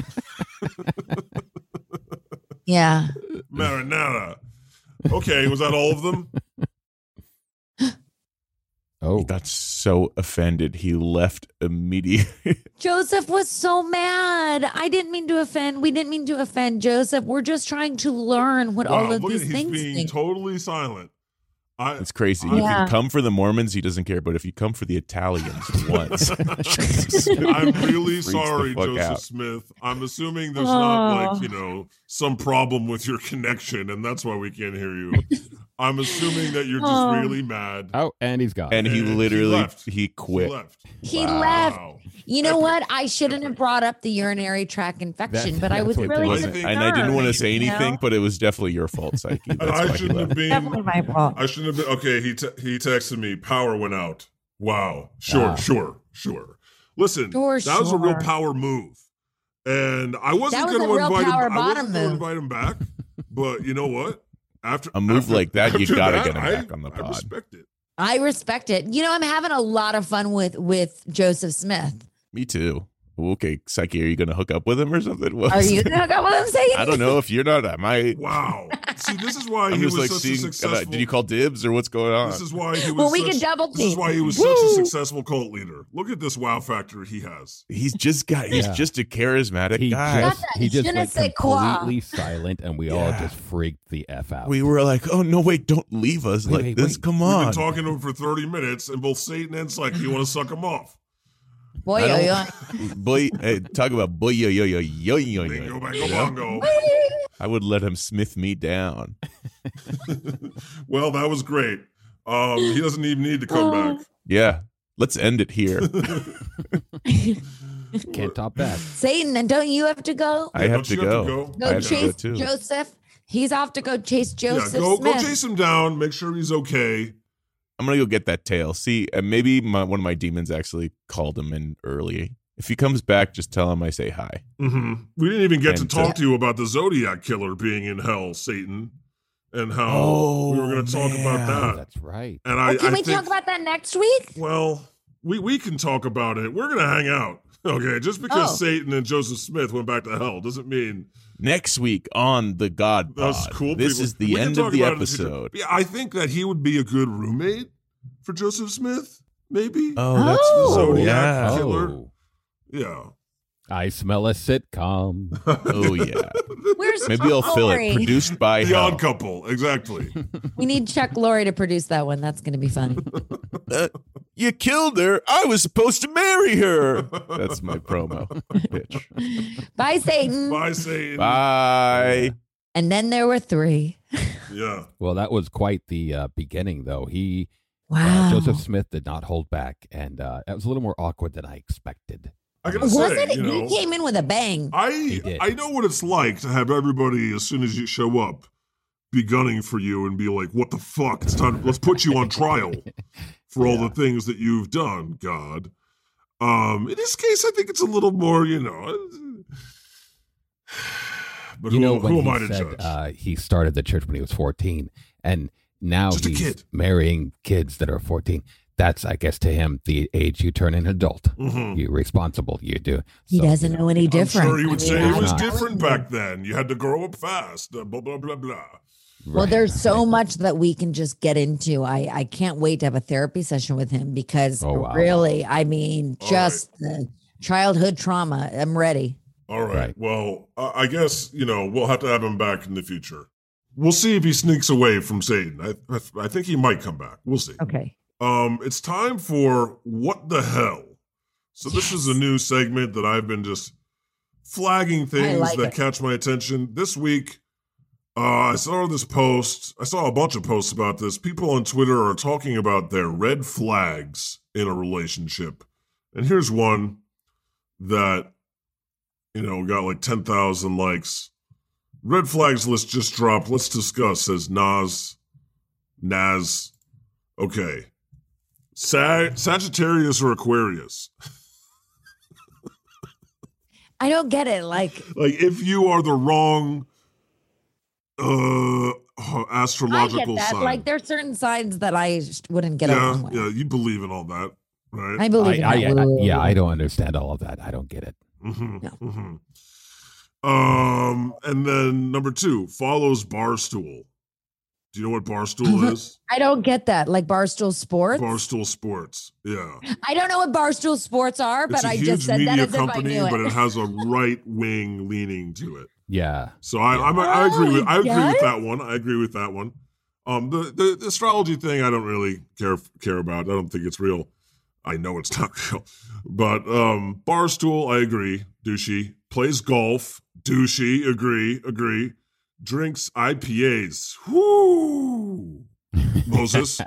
yeah.
Marinara. Okay, was that all of them?
Oh.
Oh.
He got so offended, he left immediately.
Joseph was so mad. I didn't mean to offend. We didn't mean to offend Joseph. We're just trying to learn what all of
look
these
at
things
he's being
think.
totally silent. I
It's crazy. If
Yeah.
you come for the Mormons, he doesn't care. But if you come for the Italians once,
I'm really
Freaks the
sorry,
fuck
Joseph
out.
Smith. I'm assuming there's not
Oh.
like, you know, some problem with your connection and that's why we can't hear you. I'm assuming that you're just
Oh.
really mad.
Oh, and he's gone.
and he
And he
literally
left.
he quit.
He left.
He
Wow.
left.
Wow.
You know
Epic.
what? I shouldn't have brought up the urinary tract infection,
That-
but I
that's
was
what it
really
was.
And,
concerned.
and I didn't want to say
you know?
anything, but it was definitely your fault, Psyche. That's
And I
why he
shouldn't have
left.
Definitely
been
my fault.
I shouldn't have been okay, he te- he texted me, power went out. Wow. Sure,
Ah.
sure, sure. Listen,
Sure,
that was a real
sure.
power move. And I wasn't
That was
gonna
a real
invite him
power
I wasn't
bottom
gonna
move.
invite him back, but you know what? After
A move
after-
like that, you
after
gotta
that,
get him
I-
back on the
I
pod.
respect it.
I respect it. You know, I'm having a lot of fun with with Joseph Smith.
Me too. Okay, Psyche, are you going to hook up with him or something? What
Are
was
you
it?
gonna go with him saying?
I don't know if you're not. Am I?
Wow. See, this is why
I'm
he
just like
was such
seeing.
a
I
successful.
don't- did you call dibs or what's going on?
This is why he was.
Well, we
such,
can double
This is
team.
why he was such a
Woo!
successful cult leader. Look at this wow factor he has.
he's just got. He's
Yeah.
just a charismatic
He
guy.
just,
Not that
he just
je ne
went
sais quoi.
completely silent, and we all
Yeah.
just freaked the f out.
we were like, oh no, wait, don't leave us
Wait,
like
wait,
this.
wait.
Come
We've
on.
been talking to him for 30 minutes, and both Satan and Psyche want to suck him off.
Boy,
I
yo,
Boy, hey, talk about boy, yo, yo, yo, yo, yo,
Bingo,
yo.
bango, bongo.
yo.
I would let him smith me down.
Well, that was great. Um, he doesn't even need to come
Oh.
back.
Yeah, let's end it here.
Can't top that.
Satan, and don't you have to go?
I have
don't
to
you have
go.
to go?
I
Go
have to
chase
too.
Joseph. He's off to go chase Joseph
yeah, go,
Smith.
go chase him down. Make sure he's okay.
I'm gonna go get that tail. See, and maybe my, one of my demons actually called him in early. If he comes back, just tell him I say hi.
hmm We didn't even get to
And,
talk to you about the Zodiac killer being in hell, Satan, and how
Oh,
we were going to talk about
man.
Oh,
that.
that's right.
And
Oh,
I,
can
I
we
think,
talk about that next week?
Well, we we can talk about it. We're going to hang out. Okay, just because
Oh.
Satan and Joseph Smith went back to hell doesn't mean
Next week on the God Pod.
That's cool.
Uh, This
people.
is
We
the
can
end
talk
of the
about it in future.
episode.
Yeah, I think that he would be a good roommate for Joseph Smith, maybe.
Oh, that's
Oh.
cool.
Zodiac
yeah.
killer.
Oh,
yeah.
I smell a sitcom.
Oh yeah.
Where's
Maybe I'll
Chuck
fill it.
Lorre?
Produced by
The
Hell.
odd couple, exactly.
We need Chuck Lorre to produce that one. That's going to be funny.
You killed her. I was supposed to marry her. That's my promo pitch.
Bye, Satan.
Bye, Satan.
Bye.
And then there were three.
Yeah.
Well, that was quite the uh, beginning, though. He
Wow.
uh, Joseph Smith did not hold back, and uh, that was a little more awkward than I expected.
I gotta
was
say,
it?
you know,
he came in with a bang.
He
I
did.
I know what it's like to have everybody as soon as you show up be gunning for you and be like, "What the fuck? It's time. To, let's put you on trial for all the things that you've done, God." Um, in this case, I think it's a little more, you know. But
you
who,
know,
who
when
am I
he
to
said
judge?
uh, he started the church when he was 14, and now
Just a
he's
kid.
marrying kids that are 14. That's, I guess, to him, the age you turn an adult.
Mhm.
You're responsible. You do.
He
So,
doesn't
you
know any
I'm
different.
sure he would
I
say
mean,
it was
I'm not-
different back then. You had to grow up fast. uh, Blah blah blah blah.
Well,
right.
there's so much that we can just get into. I, I can't wait to have a therapy session with him because
Oh, wow.
really, I mean,
All
just the childhood trauma. I'm ready.
All right.
Right.
Well, I I guess you know we'll have to have him back in the future. We'll see if he sneaks away from Satan. I, I, I think he might come back. We'll see.
Okay.
Um, it's time for what the hell. So this is a
Yes.
new segment that I've been just flagging things
like
that
it.
catch my attention this week. Uh, I saw this post. I saw a bunch of posts about this. People on Twitter are talking about their red flags in a relationship, and here's one that you know got like ten thousand likes. Red flags list just dropped. Let's discuss. Says Nas. Nas. Okay. Sag- Sagittarius or Aquarius?
I don't get it. Like,
Like, if you are the wrong uh
I get
astrological
that.
sign,
Like there's certain signs that I just wouldn't get
yeah,
along with.
yeah, you believe in all that, right?
I believe in
I, I,
that. Woo,
I-
woo, woo,
yeah,
woo.
I don't understand all of that. I don't get it.
hmm
Yeah.
hmm Um, and then number two follows Barstool. Do you know what Barstool is?
I don't get that. Like Barstool Mm-hmm. Sports.
Barstool Sports. Yeah,
I don't know what Barstool Sports are,
it's
but
a
I
huge
just said that
media
as if I
company,
knew
but it
it.
has a right wing leaning to it.
Yeah.
So I,
Yeah.
I'm, I agree
Oh,
with I
it
agree with
does?
that one. I agree with that one. Um, the, the, the astrology thing I don't really care care about. I don't think it's real. I know it's not real. But um, barstool, I agree. Douchey plays golf. Douchey, agree, agree. Drinks IPAs. Whoo, Moses.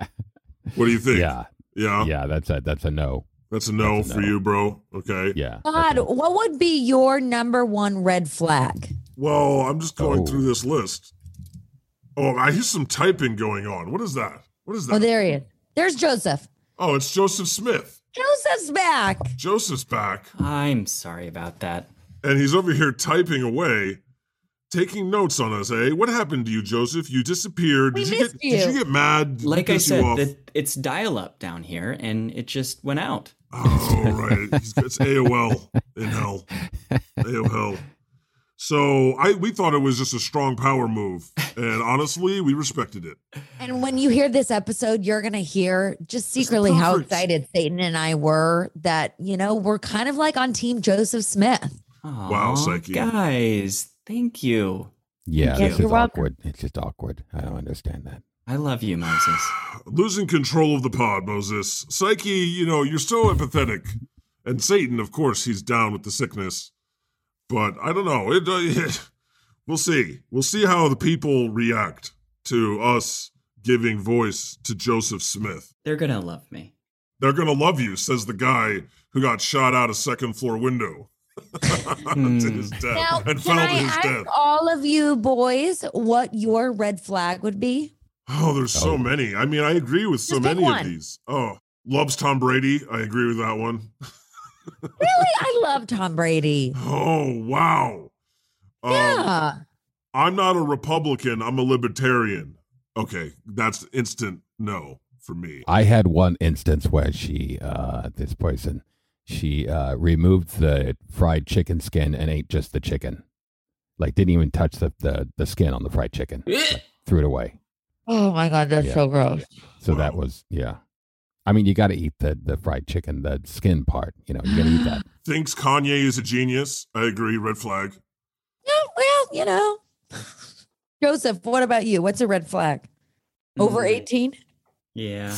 What do you think?
Yeah.
yeah,
Yeah. That's a, that's a no.
That's a no
That's a
for
no.
you, bro. Okay.
Yeah.
God,
Okay.
what would be your number one red flag?
Well, I'm just going
Oh.
through this list. Oh, I hear some typing going on. What is that? What is that?
Oh, there he is. There's Joseph.
Oh, it's Joseph Smith.
Joseph's back.
Joseph's back,
I'm sorry about that.
and he's over here typing away, taking notes on us. Eh? What happened to you, Joseph? You disappeared.
We
did
missed
you get? Did
you.
you get mad? Did
Like
we
I
piss you
said,
off?
that it's dial up down here and it just went out.
oh right, He's- it's AOL. in hell. they have hell. So I we thought it was just a strong power move, and honestly, we respected it.
And when you hear this episode, you're going to hear just secretly how
perfect.
excited Satan and I were that, you know, we're kind of like on Team Joseph Smith.
Wow,
Aw,
Psyche.
Guys, thank you.
Yeah,
Yeah,
this
you're
is
welcome.
awkward. It's just awkward. I don't understand that.
I love you, Moses.
Losing control of the pod, Moses. Psyche, you know you're so empathetic, and Satan, of course, he's down with the sickness. But I don't know. It, uh, we'll see. We'll see how the people react to us giving voice to Joseph Smith.
They're gonna love me.
They're gonna love you, says the guy who got shot out a second floor window to his death
Now,
and
can
fell to
I
his
ask
death.
all of you boys what your red flag would be?
Oh, there's so
Oh.
many. I mean, I agree with so
Just pick
many
one.
of these. Oh, loves Tom Brady. I agree with that one.
Really? I love Tom Brady.
Oh, wow. Um,
Yeah.
I'm not a Republican. I'm a libertarian. Okay, that's instant no for me.
I had one instance where she, uh, this person, she uh, removed the fried chicken skin and ate just the chicken. Like, didn't even touch the, the, the skin on the fried chicken, threw it away.
Oh my God, that's
Yeah.
so gross.
So that
Wow.
was, yeah. I mean, you got to eat the, the fried chicken, the skin part. You know, you got to eat that.
Thinks Kanye is a genius. I agree. Red flag.
Yeah, well, you know. Joseph, what about you? What's a red flag? Over
Mm,
18?
Yeah.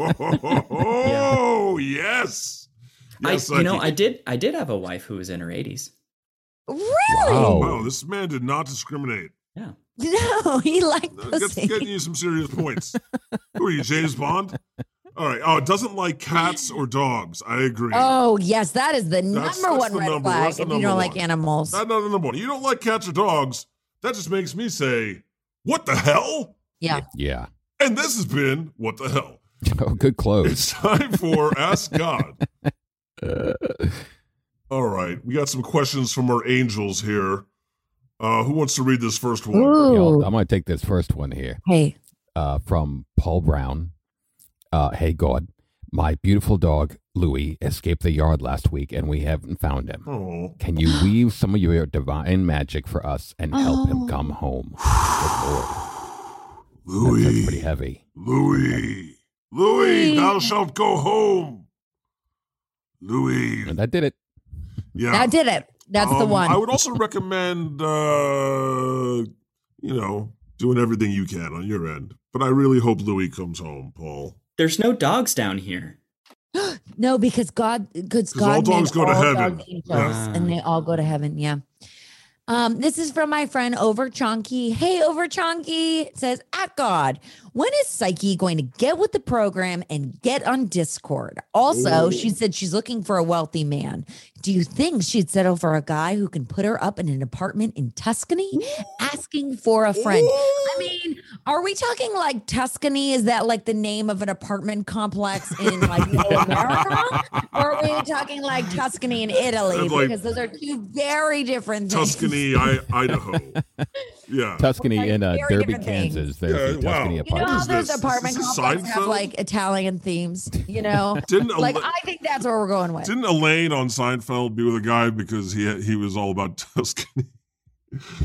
oh, yes.
I,
Yes,
you know,
Psyche.
I did. I did have a wife who was in her eighties.
Really?
Oh.
Oh,
Wow.
Wow, this man did not discriminate.
No, he liked
That's
pussy.
getting you some serious points. Who are you, James Bond? All right. Oh, it doesn't like cats or dogs. I agree.
Oh, yes, that is the number
That's- that's
one
the
red
number-
flag
that's
if
the
you don't
number
like
one.
animals.
That's not the number one. You don't like cats or dogs. That just makes me say, what the hell?
yeah.
Yeah.
And this has been What the Hell.
Oh, good clothes.
It's time for Ask God. All right. We got some questions from our angels here. Uh, who wants to read this first one?
Y'all,
Ooh.
I'm going to take this first one here.
Hey,
uh, from Paul Brown. Uh, hey, God, my beautiful dog, Louis, escaped the yard last week and we haven't found him.
Oh.
Can you weave some of your divine magic for us and
Oh.
help him come home? Good Lord. That's, that's pretty
Louis.
heavy.
Louis, Louis,
Louis.
thou shalt go home. Louis,
And that did it.
yeah,
that did it. That's the
Um,
one.
I would also recommend, uh, you know, doing everything you can on your end. But I really hope Louis comes home, Paul,
There's no dogs down here.
no, because God, because
all
God
dogs
made
go to
all
heaven.
dog angels,
Yeah.
and they all go to heaven. Yeah. Um, this is from my friend Over Chonky. Hey, Over Chonky It says, "At God, when is Psyche going to get with the program and get on Discord?" Also,
Ooh.
she said she's looking for a wealthy man. Do you think she'd settle for a guy who can put her up in an apartment in Tuscany, asking for a friend? I mean, are we talking like Tuscany? Is that like the name of an apartment complex in like North America? Or are we talking like Tuscany in Italy?
It's like-
because those are two very different things.
Tuscany, I- Idaho. Yeah,
Tuscany
Like
in uh,
very
Derby,
different things.
Kansas. There's the
Yeah, wow.
Tuscany
You
You know
apartment.
how
What is
those
this?
apartment
This is
complexes have
Seinfeld?
like Italian themes, you know?
didn't
like
Ela-
I think that's what we're going with.
didn't Elaine on Seinfeld be with a guy because he he was all about Tuscany?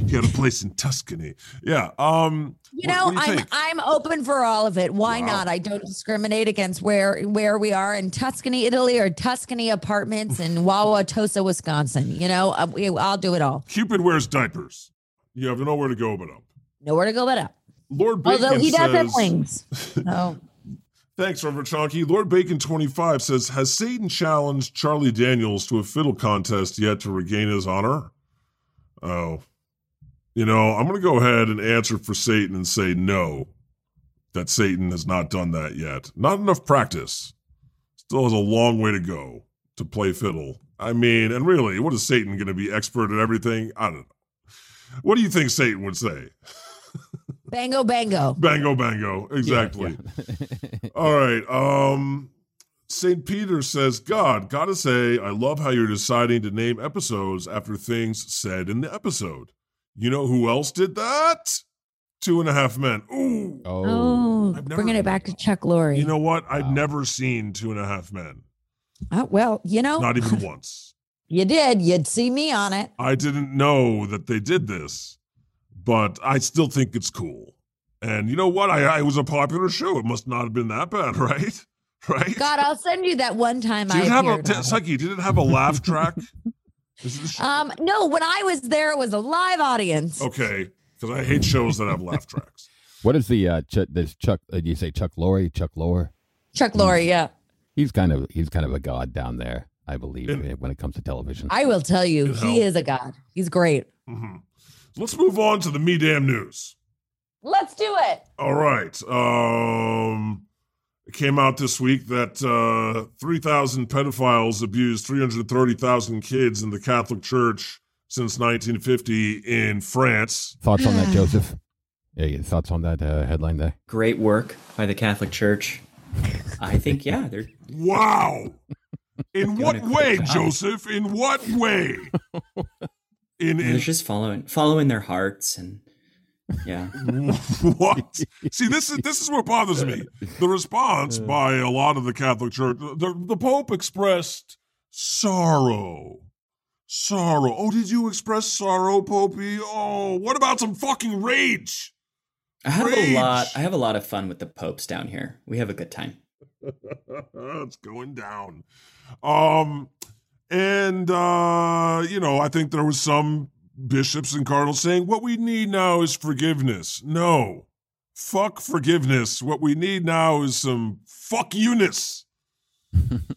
he had a place in Tuscany. Yeah. Um.
You
what-
know,
what do
I'm
think?
I'm open for all of it. Why
Wow.
not? I don't discriminate against where where we are in Tuscany, Italy, or Tuscany apartments in Wauwatosa, Wisconsin. You know, uh, we, I'll do it all.
Cupid wears diapers. You have nowhere to go but up.
Nowhere to go but up.
Lord Bacon
Although he does have
says,
wings. Oh, No.
Thanks, Reverend Chonky. Lord Bacon 25 says, Has Satan challenged Charlie Daniels to a fiddle contest yet to regain his honor? Oh. You know, I'm going to go ahead and answer for Satan and say no, that Satan has not done that yet. Not enough practice. Still has a long way to go to play fiddle. I mean, and really, what is Satan going to be expert at everything? I don't know. What do you think Satan would say?
Bango bango.
Bango, bango. Exactly.
Yeah.
All right. Um St. Peter says, God, gotta say, I love how you're deciding to name episodes after things said in the episode. You know who else did that? Two and a half men. Ooh.
oh.
Oh,
I've never-
bringing it back to Chuck Lorre.
You know what? I've
Wow.
never seen two and a half men.
Uh, Oh, well, you know,
Not even once.
You did. You'd see me on it.
I didn't know that they did this, but I still think it's cool. And you know what? I, I was a popular show. It must not have been that bad, right? Right?
God, I'll send you that one time
did
I
it have a
appeared on it.
Psyche, did it have a laugh track? Is this-
Um, no, when I was there, it was a live audience.
okay, because I hate shows that have laugh tracks.
What is the uh? Ch- this Chuck? Uh, you say Chuck Lorre? Chuck Lorre?
Chuck Lorre, yeah.
He's kind of he's kind of a god down there, I believe, eh, when it comes to television.
I will tell you, he is a god. He's great.
hmm Let's move on to the me damn news.
Let's do it.
All right. Um, it came out this week that uh, 3,000 pedophiles abused 330,000 kids in the Catholic Church since 1950 in France.
thoughts on that, Joseph? Yeah, yeah, thoughts on that uh, headline there?
Great work by the Catholic Church. I think, yeah, they're
Wow. In what
Doing a
way,
great job.
Joseph? In what way? In,
they're
in
just following following their hearts and yeah.
what? See, this is this is what bothers me. The response by a lot of the Catholic Church, the, the Pope expressed sorrow. Sorrow. Oh, did you express sorrow, Popey? Oh, what about some fucking rage?
I have
Rage.
a lot I have a lot of fun with the popes down here. We have a good time.
it's going down. Um, and uh, you know, I think there was some bishops and cardinals saying what we need now is forgiveness. No, fuck forgiveness. What we need now is some fuck Eunice.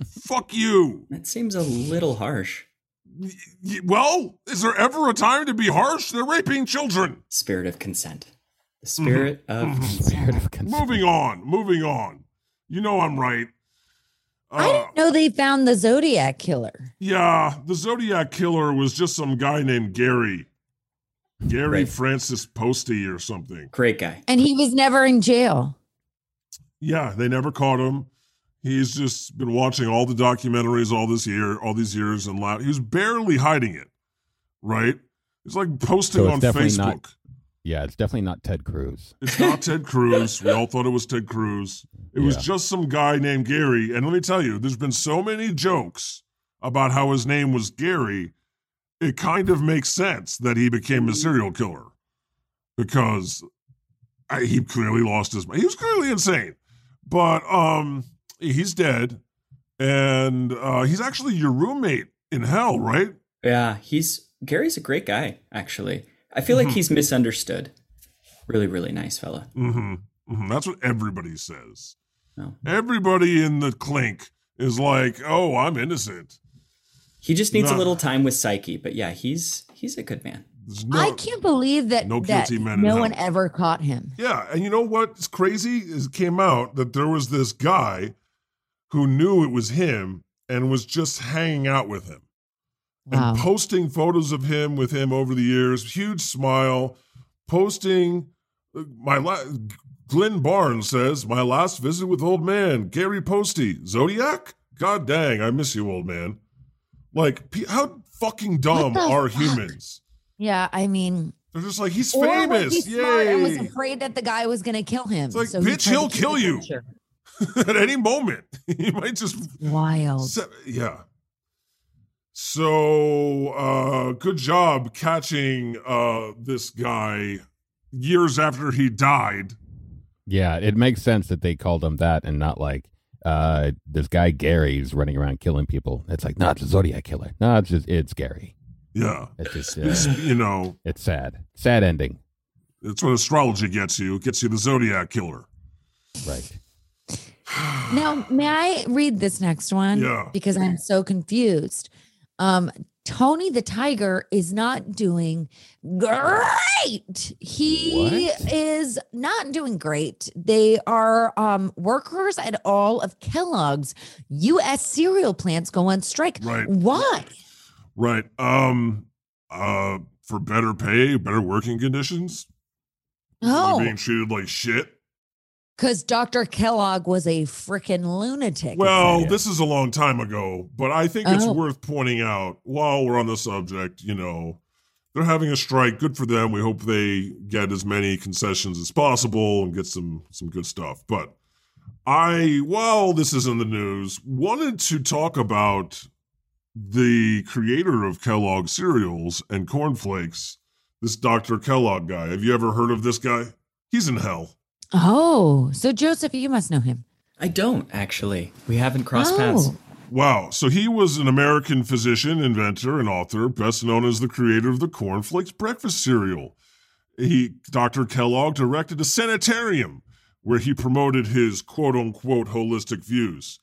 fuck you.
That seems a little harsh.
Y- y- Well, is there ever a time to be harsh? They're raping children.
Spirit of consent. The spirit of consent.
Spirit of consent.
Moving on. Moving on. You know I'm right.
I
Uh,
didn't know they found the Zodiac killer.
Yeah, the Zodiac killer was just some guy named Gary. Gary
Right.
Francis Posty or something.
Great guy.
And he was never in jail.
Yeah, they never caught him. He's just been watching all the documentaries all this year, all these years, and la- he was barely hiding it, right? It's like posting
So it's
on
definitely
Facebook.
not- Yeah, it's definitely not Ted Cruz.
It's not Ted Cruz. We all thought it was Ted Cruz. It was
Yeah.
just some guy named Gary. And let me tell you, there's been so many jokes about how his name was Gary. It kind of makes sense that he became a serial killer because I, he clearly lost his mind. He was clearly insane, but um, he's dead, and uh, he's actually your roommate in hell, right?
Yeah, he's Gary's a great guy, actually. I feel like he's misunderstood. Really, really nice fella.
hmm hmm That's what everybody says.
No.
Everybody in the clink is like, "Oh, I'm innocent."
He just needs
Nah.
a little time with Psyche, but yeah, he's he's a good man.
There's no-
I can't believe that
No
no,
guilty men in
no
hell.
one ever caught him.
Yeah, and you know what's crazy is it came out that there was this guy who knew it was him and was just hanging out with him
Wow.
and posting photos of him with him over the years. Huge smile, posting. uh, My la- Glenn Barnes says my last visit with old man Gary Posty Zodiac. God dang, I miss you, old man. Like, pe- how fucking dumb
the
are
fuck?
humans?
yeah, I mean,
They're just like he's
or was he
famous.
smart and was
Yay!
afraid that the guy was going to kill him?
like,
he
bitch,
tried to
he'll
keep
kill
the
you.
picture.
At any moment, he might just
Wild.
Se- yeah. So uh good job catching uh this guy years after he died.
Yeah, it makes sense that they called him that and not like uh this guy Gary's running around killing people. It's like, no, it's a Zodiac killer. No, it's just it's Gary.
Yeah.
It's just
It's,
uh,
you know,
it's sad. Sad ending.
that's what astrology gets you. It gets you the zodiac killer.
Right.
Now, may I read this next one?
Yeah.
Because I'm so confused. Um, Tony the Tiger is not doing great. He
What?
is not doing great. They are um, workers at all of Kellogg's U.S. cereal plants go on strike.
Right.
Why?
Right. Um uh for better pay, better working conditions. They're
Oh,
being treated like shit.
because Dr. Kellogg was a freaking lunatic.
Well,
Yeah.
this is a long time ago, but I think it's
Oh.
worth pointing out while we're on the subject, you know, they're having a strike. Good for them. We hope they get as many concessions as possible and get some some good stuff. But I, while this is in the news, wanted to talk about the creator of Kellogg cereals and cornflakes, this Dr. Kellogg guy. Have you ever heard of this guy? He's in hell.
Oh, so Joseph, you must know him.
I don't actually. We haven't crossed paths.
Oh.
Wow. So he was an American physician, inventor, and author, best known as the creator of the cornflakes breakfast cereal. He Dr. Kellogg directed a sanitarium where he promoted his quote unquote holistic views.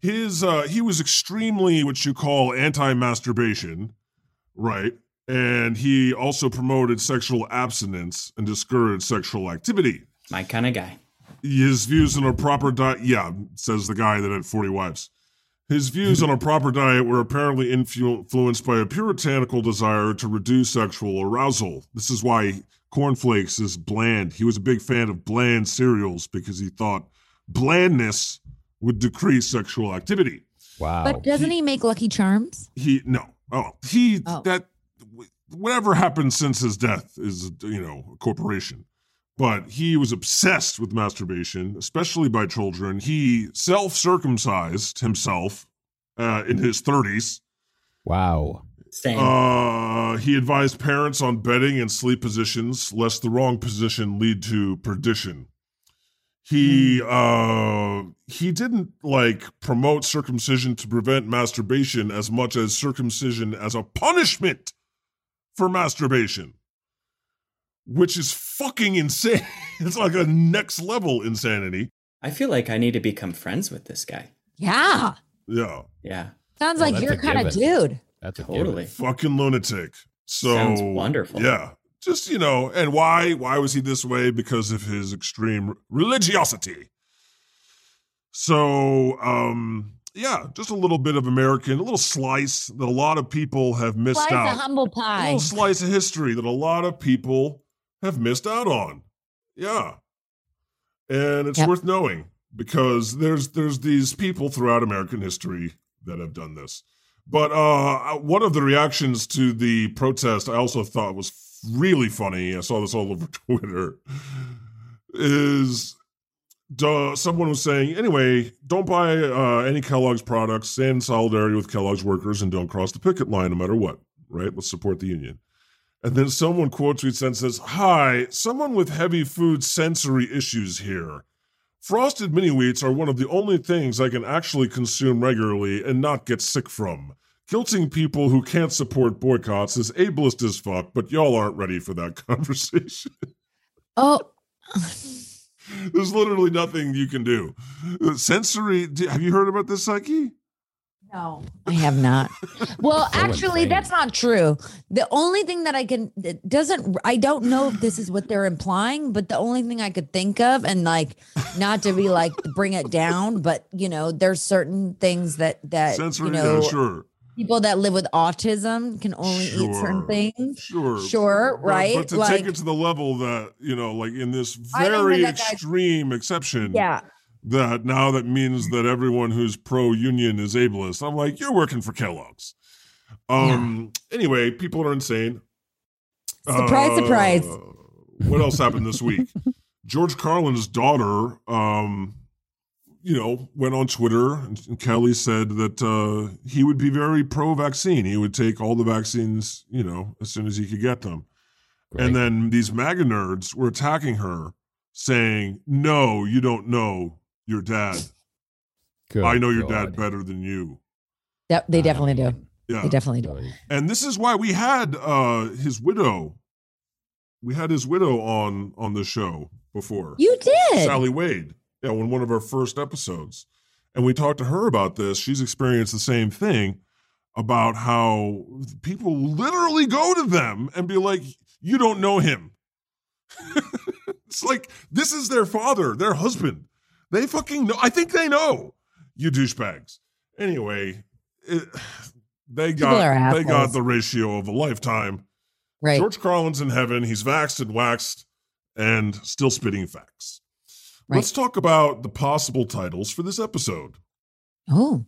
His uh, he was extremely what you call anti-masturbation, right? And he also promoted sexual abstinence and discouraged sexual activity.
My kind of guy.
His views on a proper diet, yeah, says the guy that had 40 wives. His views on a proper diet were apparently influ- influenced by a puritanical desire to reduce sexual arousal. This is why cornflakes is bland. He was a big fan of bland cereals because he thought blandness would decrease sexual activity.
Wow.
But doesn't he make Lucky Charms?
He no. Oh, he
Oh.
that whatever happened since his death is you know a corporation. But he was obsessed with masturbation, especially by children. He self circumcised himself uh, in his 30s.
wow.
Same.
Uh, he advised parents on bedding and sleep positions, lest the wrong position lead to perdition. He uh, he didn't like promote circumcision to prevent masturbation as much as circumcision as a punishment for masturbation, which is fucking insane. it's like a next level insanity.
I feel like I need to become friends with this guy.
Yeah.
Yeah,
Yeah.
Sounds
Well,
like
Oh, that's
your
a
kind of
given.
dude.
That's a given.
Totally.
fucking lunatic. So
Sounds wonderful.
Yeah. Just, you know, and why why was he this way? Because of his extreme religiosity. So, um, yeah, just a little bit of American, a little slice that a lot of people have missed
Slice
out.
a humble
a
pie.
little slice of history that a lot of people have missed out on. Yeah. And it's
Yep.
worth knowing because there's there's these people throughout American history that have done this. But uh, one of the reactions to the protest I also thought was really funny. I saw this all over Twitter. Is duh, someone was saying, anyway, don't buy uh, any Kellogg's products, stand in solidarity with Kellogg's workers, and don't cross the picket line no matter what, right? Let's support the union. And then someone quotes tweets and says, Hi, someone with heavy food sensory issues here. Frosted mini wheats are one of the only things I can actually consume regularly and not get sick from. Guilting people who can't support boycotts is ableist as fuck, but y'all aren't ready for that conversation.
oh.
There's literally nothing you can do. Uh, Sensory, d- have you heard about this, Psyche?
No, I have not. Well,
So
actually,
insane.
that's not true. The only thing that I can that doesn't I don't know if this is what they're implying, but the only thing I could think of, and like not to be like bring it down, but you know, there's certain things that that
Sensory,
Uh, you know
yeah, sure.
people that live with autism can only eat
Sure.
certain things.
Sure.
Sure,
Uh, But-
right?
But to
Like-
take it to the level that, you know, like in this
I think that
very
that guy-
extreme exception,
Yeah.
that now that means that everyone who's pro union is ableist. I'm like, you're working for Kellogg's. Um anyway, people are insane. Uh,
Surprise, surprise.
What else happened this week? George Carlin's daughter um you know, went on Twitter and and Kelly said that uh, he would be very pro vaccine. He would take all the vaccines, you know, as soon as he could get them.
Great.
And then these MAGA nerds were attacking her, saying, No, you don't know your dad.
Good
I know your
Oh, God.
dad better than you.
De- they
I
definitely do.
mean,
Yeah.
They definitely do.
And this is why we had uh his widow. We had his widow on on the show before.
You did.
Sally Wade. Yeah, on one of our first episodes. And we talked to her about this. She's experienced the same thing about how people literally go to them and be like, you don't know him. it's like, this is their father, their husband. They fucking know. I think they know, you douchebags. Anyway, it, they
People
got
are
they got
assholes.
the ratio of a lifetime.
Right.
George Carlin's in heaven. He's vaxxed and waxed and still spitting facts.
Right.
Let's talk about the possible titles for this episode.
Oh.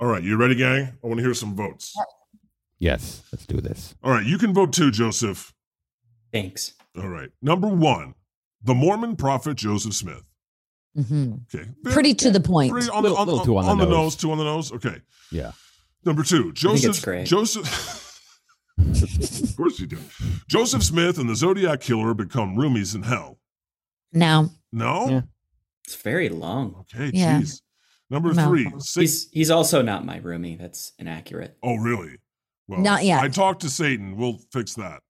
All right, you ready, gang? I want to hear some votes.
Yes, let's do this.
All right, you can vote too, Joseph.
Thanks.
All right. Number one, the Mormon prophet Joseph Smith.
mhm.
Okay.
Pretty to the point.
Pretty on,
Little-
the, on,
little too
on, on the nose. two on the nose. Okay.
Yeah.
Number two,
it's
Joseph.
great.
Joseph. of course you do. Joseph Smith and the Zodiac Killer become roomies in hell.
No.
No.
Yeah.
It's very long.
Okay.
Yeah.
Jeez. Number
No.
three, six
He's he's also not my roomie. That's inaccurate.
Oh really? Well,
Not yet.
I talked to Satan. We'll fix that.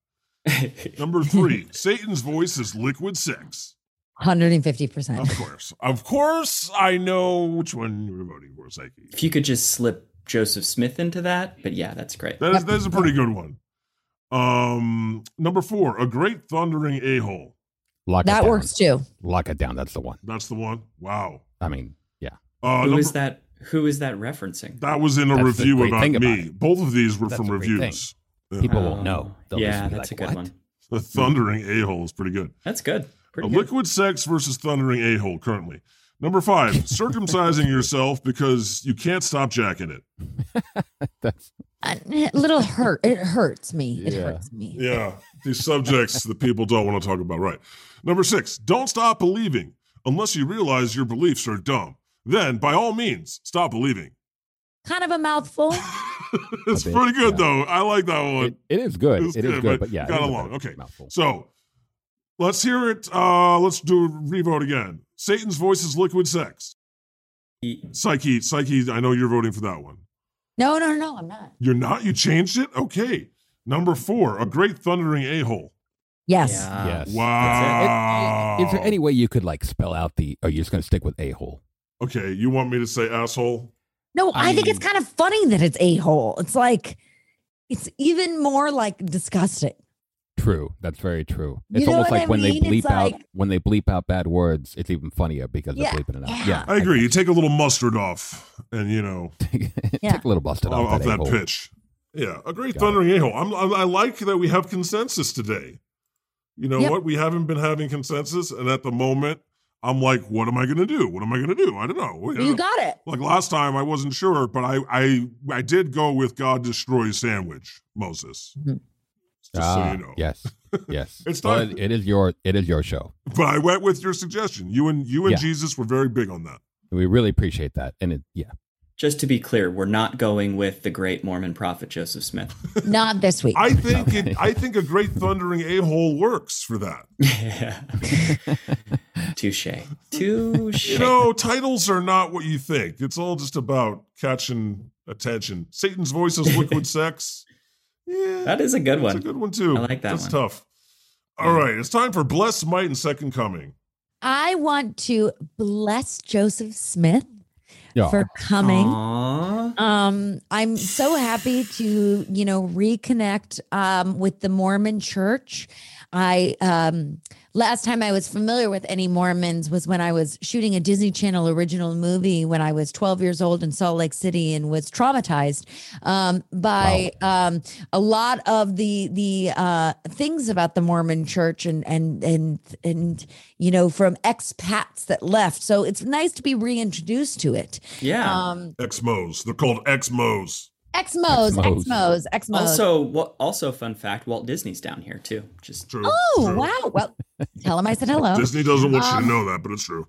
Number three, Satan's voice is liquid sex.
150%.
Of course. Of course, I know which one you were voting for, Psyche.
if you could just slip Joseph Smith into that, but yeah, that's great.
That is, that is a pretty good one. Um, number four, a great thundering a hole.
Lock it
That
down.
works too.
Lock it down. That's the one.
That's the one. Wow.
I mean, yeah.
Who
Uh, number-
is that? Who is that referencing?
That was in a
That's the
review
great
about
thing
me.
about it.
Both of these were
That's
from
the great thing.
reviews.
People
Oh,
won't know. They'll just
yeah,
be
that's
like,
a good
"What?"
one.
Mm-hmm.
The thundering a hole is pretty good.
That's good. Pretty
a
good.
liquid sex versus thundering a hole currently. Number five, circumcising yourself because you can't stop jacking it.
That's
A little hurt. Uh, It hurts me. It
Yeah.
hurts me.
Yeah. These subjects that people don't want to talk about. Right. Number six, don't stop believing unless you realize your beliefs are dumb. Then, by all means, stop believing.
Kind of a mouthful.
it's
bit,
pretty good,
yeah.
though. I like that one.
it, it is good.
It's
It is
good,
good,
but
but yeah, it
got
is a
along.
bit
Okay.
mouthful.
So let's hear it. Uh, let's do a revote again. Satan's voice is liquid sex.
He-
Psyche, Psyche, I know you're voting for that one.
No, no, no, I'm not.
You're not? You changed it? Okay. Number four, a great thundering a hole.
Yes.
Yeah.
Yes.
Wow.
Is there any way you could like spell out the? Are you just going to stick with a hole?
Okay. You want me to say asshole?
No, I,
I
think it's
mean-
kind of funny that it's a hole. It's like, it's even more like disgusting.
True. That's very true.
You
It's
know
almost
what
like
I
when
mean?
they
It's
bleep out
like-
when they bleep out bad words. It's even funnier because
Yeah,
they're bleeping it out.
yeah.
Yeah,
I agree. You take a little mustard off and, you know,
Take,
Yeah.
take a little busted
off,
off,
off that
a-hole.
pitch. Yeah. A great
Got it.
thundering a hole. I'm, I, I like that we have consensus today. You know
Yep.
what? We haven't been having consensus. And at the moment, I'm like, what am I going to do? What am I going to do? I don't know.
You got it.
like last time, I wasn't sure, but I, I, I did go with God destroys sandwich, Moses.
Mhm.
Just
Ah,
so you know.
Yes. Yes.
It's
Well,
time.
it- it is your it is your show.
But I went with your suggestion. You and you and
Yeah.
Jesus were very big on that.
We really appreciate that. And it, yeah.
Just to be clear, we're not going with the great Mormon prophet Joseph Smith.
Not this week.
I think it, I think a great thundering a hole works for that.
Touche. Touche.
You know, titles are not what you think. It's all just about catching attention. Satan's voice is liquid sex. Yeah,
that is a good
that's
one.
a good one too.
I like that
That's
one.
tough. All right, it's time for blessed might and second coming.
I want to bless Joseph Smith
Yeah.
for coming.
Aw.
Um, I'm so happy to, you know, reconnect um, with the Mormon church. I um, last time I was familiar with any Mormons was when I was shooting a Disney Channel original movie when I was 12 years old in Salt Lake City and was traumatized um, by um, a lot of the the uh, things about the Mormon church and and and and you know from expats that left. So it's nice to be reintroduced to it.
Yeah.
Um,
Exmos. They're called Exmos.
Exmos,
Exmos.
Exmos,
Oh,
Exmos.
also, wa- also fun fact: Walt Disney's down here too. Just
True.
oh
true.
wow! Well, tell him I said hello.
Disney doesn't want you
Um,
to know that, but it's true.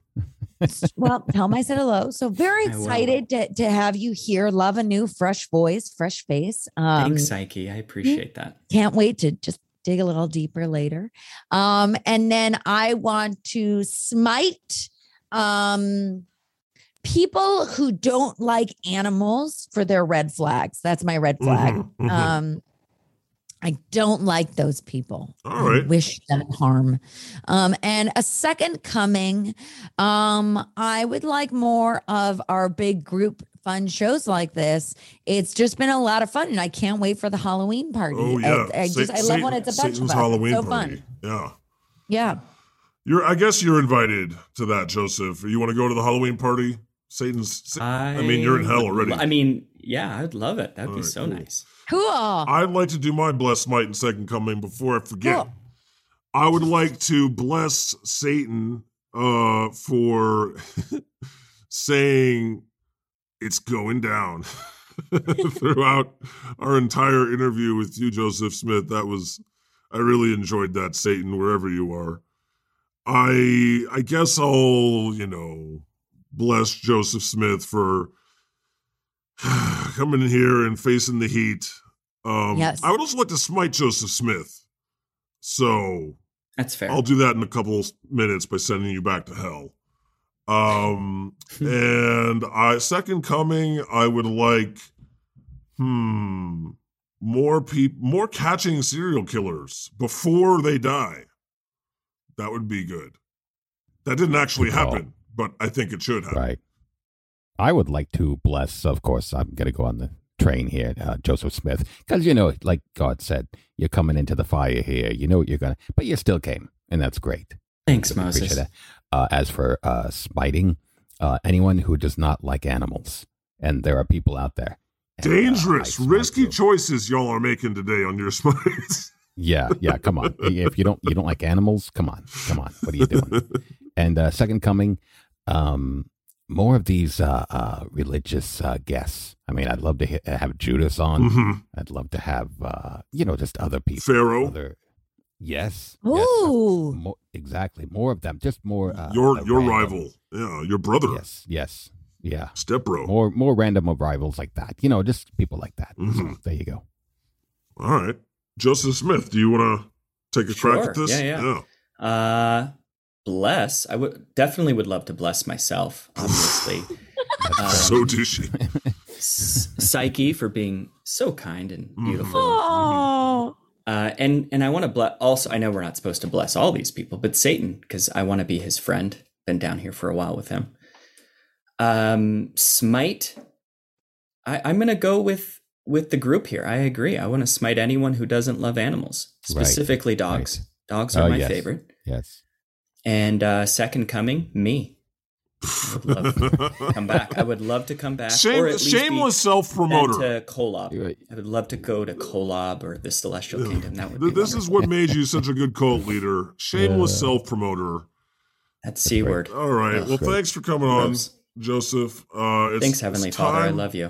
well, tell him I said hello. So very
I will.
excited to, to have you here. Love a new, fresh voice, fresh face. Um,
thanks, Psyche. I appreciate that.
can't wait to just dig a little deeper later. Um, and then I want to smite um, people who don't like animals for their red flags. That's my red flag.
Mhm, mhm.
Um, I don't like those people.
All
I
right.
wish them harm. Um, and a second coming. Um, I would like more of our big group fun shows like this. It's just been a lot of fun, and I can't wait for the Halloween party.
Oh yeah,
I, I just
Sa-
I love when
Satan-
it's a bunch
Satan's
of us.
Halloween
it's so
party.
fun.
Yeah,
Yeah.
you're. I guess you're invited to that, Joseph. You want to go to the Halloween party? Satan's. Sa-
I,
mean, you're in hell
would
already.
lo- I mean, yeah, I'd love it. That'd be
Alright,
so
cool.
nice.
Cool.
I'd like to do my blessed might and second coming before I forget.
Cool.
I would like to bless Satan uh, for saying it's going down throughout our entire interview with you, Joseph Smith. That was, I really enjoyed that, Satan, wherever you are. I, I guess I'll, you know, bless Joseph Smith for coming in here and facing the heat. Um,
Yes.
I would also like to smite Joseph Smith. So
That's fair.
I'll do that in a couple of minutes by sending you back to hell. Um, and I second coming, I would like, hmm, more people, more catching serial killers before they die. That would be good. That didn't actually
Good call.
happen, but I think it should happen.
Right. I would like to bless, of course, I'm going to go on the train here, uh, Joseph Smith, because, you know, like God said, you're coming into the fire here. You know what you're going to, but you still came, and that's great.
Thanks,
Really appreciate
Moses.
that. Uh, as for uh, smiting, uh, anyone who does not like animals, and there are people out there. and, uh, I
Dangerous,
smite
risky
you.
choices y'all are making today on your smites.
Yeah, yeah. Come on. if you don't, you don't like animals. Come on, come on. What are you doing? And uh, second coming, um, more of these uh, uh, religious uh, guests. I mean, I'd love to he- have Judas on.
Mhm.
I'd love to have uh, you know just other people.
Pharaoh.
Other, yes. yes, uh,
Ooh.
mo- exactly. More of them. Just more. Uh,
your
uh,
your
random-
rival, yeah, your brother,
Yes. Yes. Yeah.
step bro.
More more random arrivals like that. You know, just people like that. So,
Mhm.
there you go.
All right. Joseph Smith, do you want to take a crack at
Sure.
this?
Yeah, yeah. Uh, bless. I would definitely would love to bless myself, obviously. Um,
So douchey.
S- Psyche for being so kind and
Mm-hmm.
beautiful.
Oh.
Uh, and and I want to bless. Also, I know we're not supposed to bless all these people, but Satan, because I want to be his friend. Been down here for a while with him. Um, smite. I, I'm gonna go with with the group here. I agree. I want to smite anyone who doesn't love animals,
Right.
specifically dogs.
Right.
Dogs are
Oh,
my
yes.
favorite.
Yes.
And uh, second coming, me. I would love to come back. I would love to come back.
Shame,
or at least be
shameless self
sent
promoter.
To Kolob. I would love to go to Kolob or the Celestial Kingdom. That would be
This is
wonderful.
what made you such a good cult leader. Shameless
Yeah.
self promoter.
that C
right.
word.
All right.
Ugh.
well,
Great.
thanks for coming on,
Gross.
Joseph. Uh, it's,
Thanks, Heavenly
it's
Father. I
time-
love you.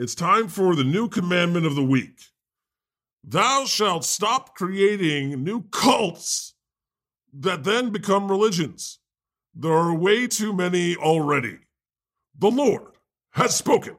It's time for the new commandment of the week. Thou shalt stop creating new cults that then become religions. There are way too many already. The Lord has spoken.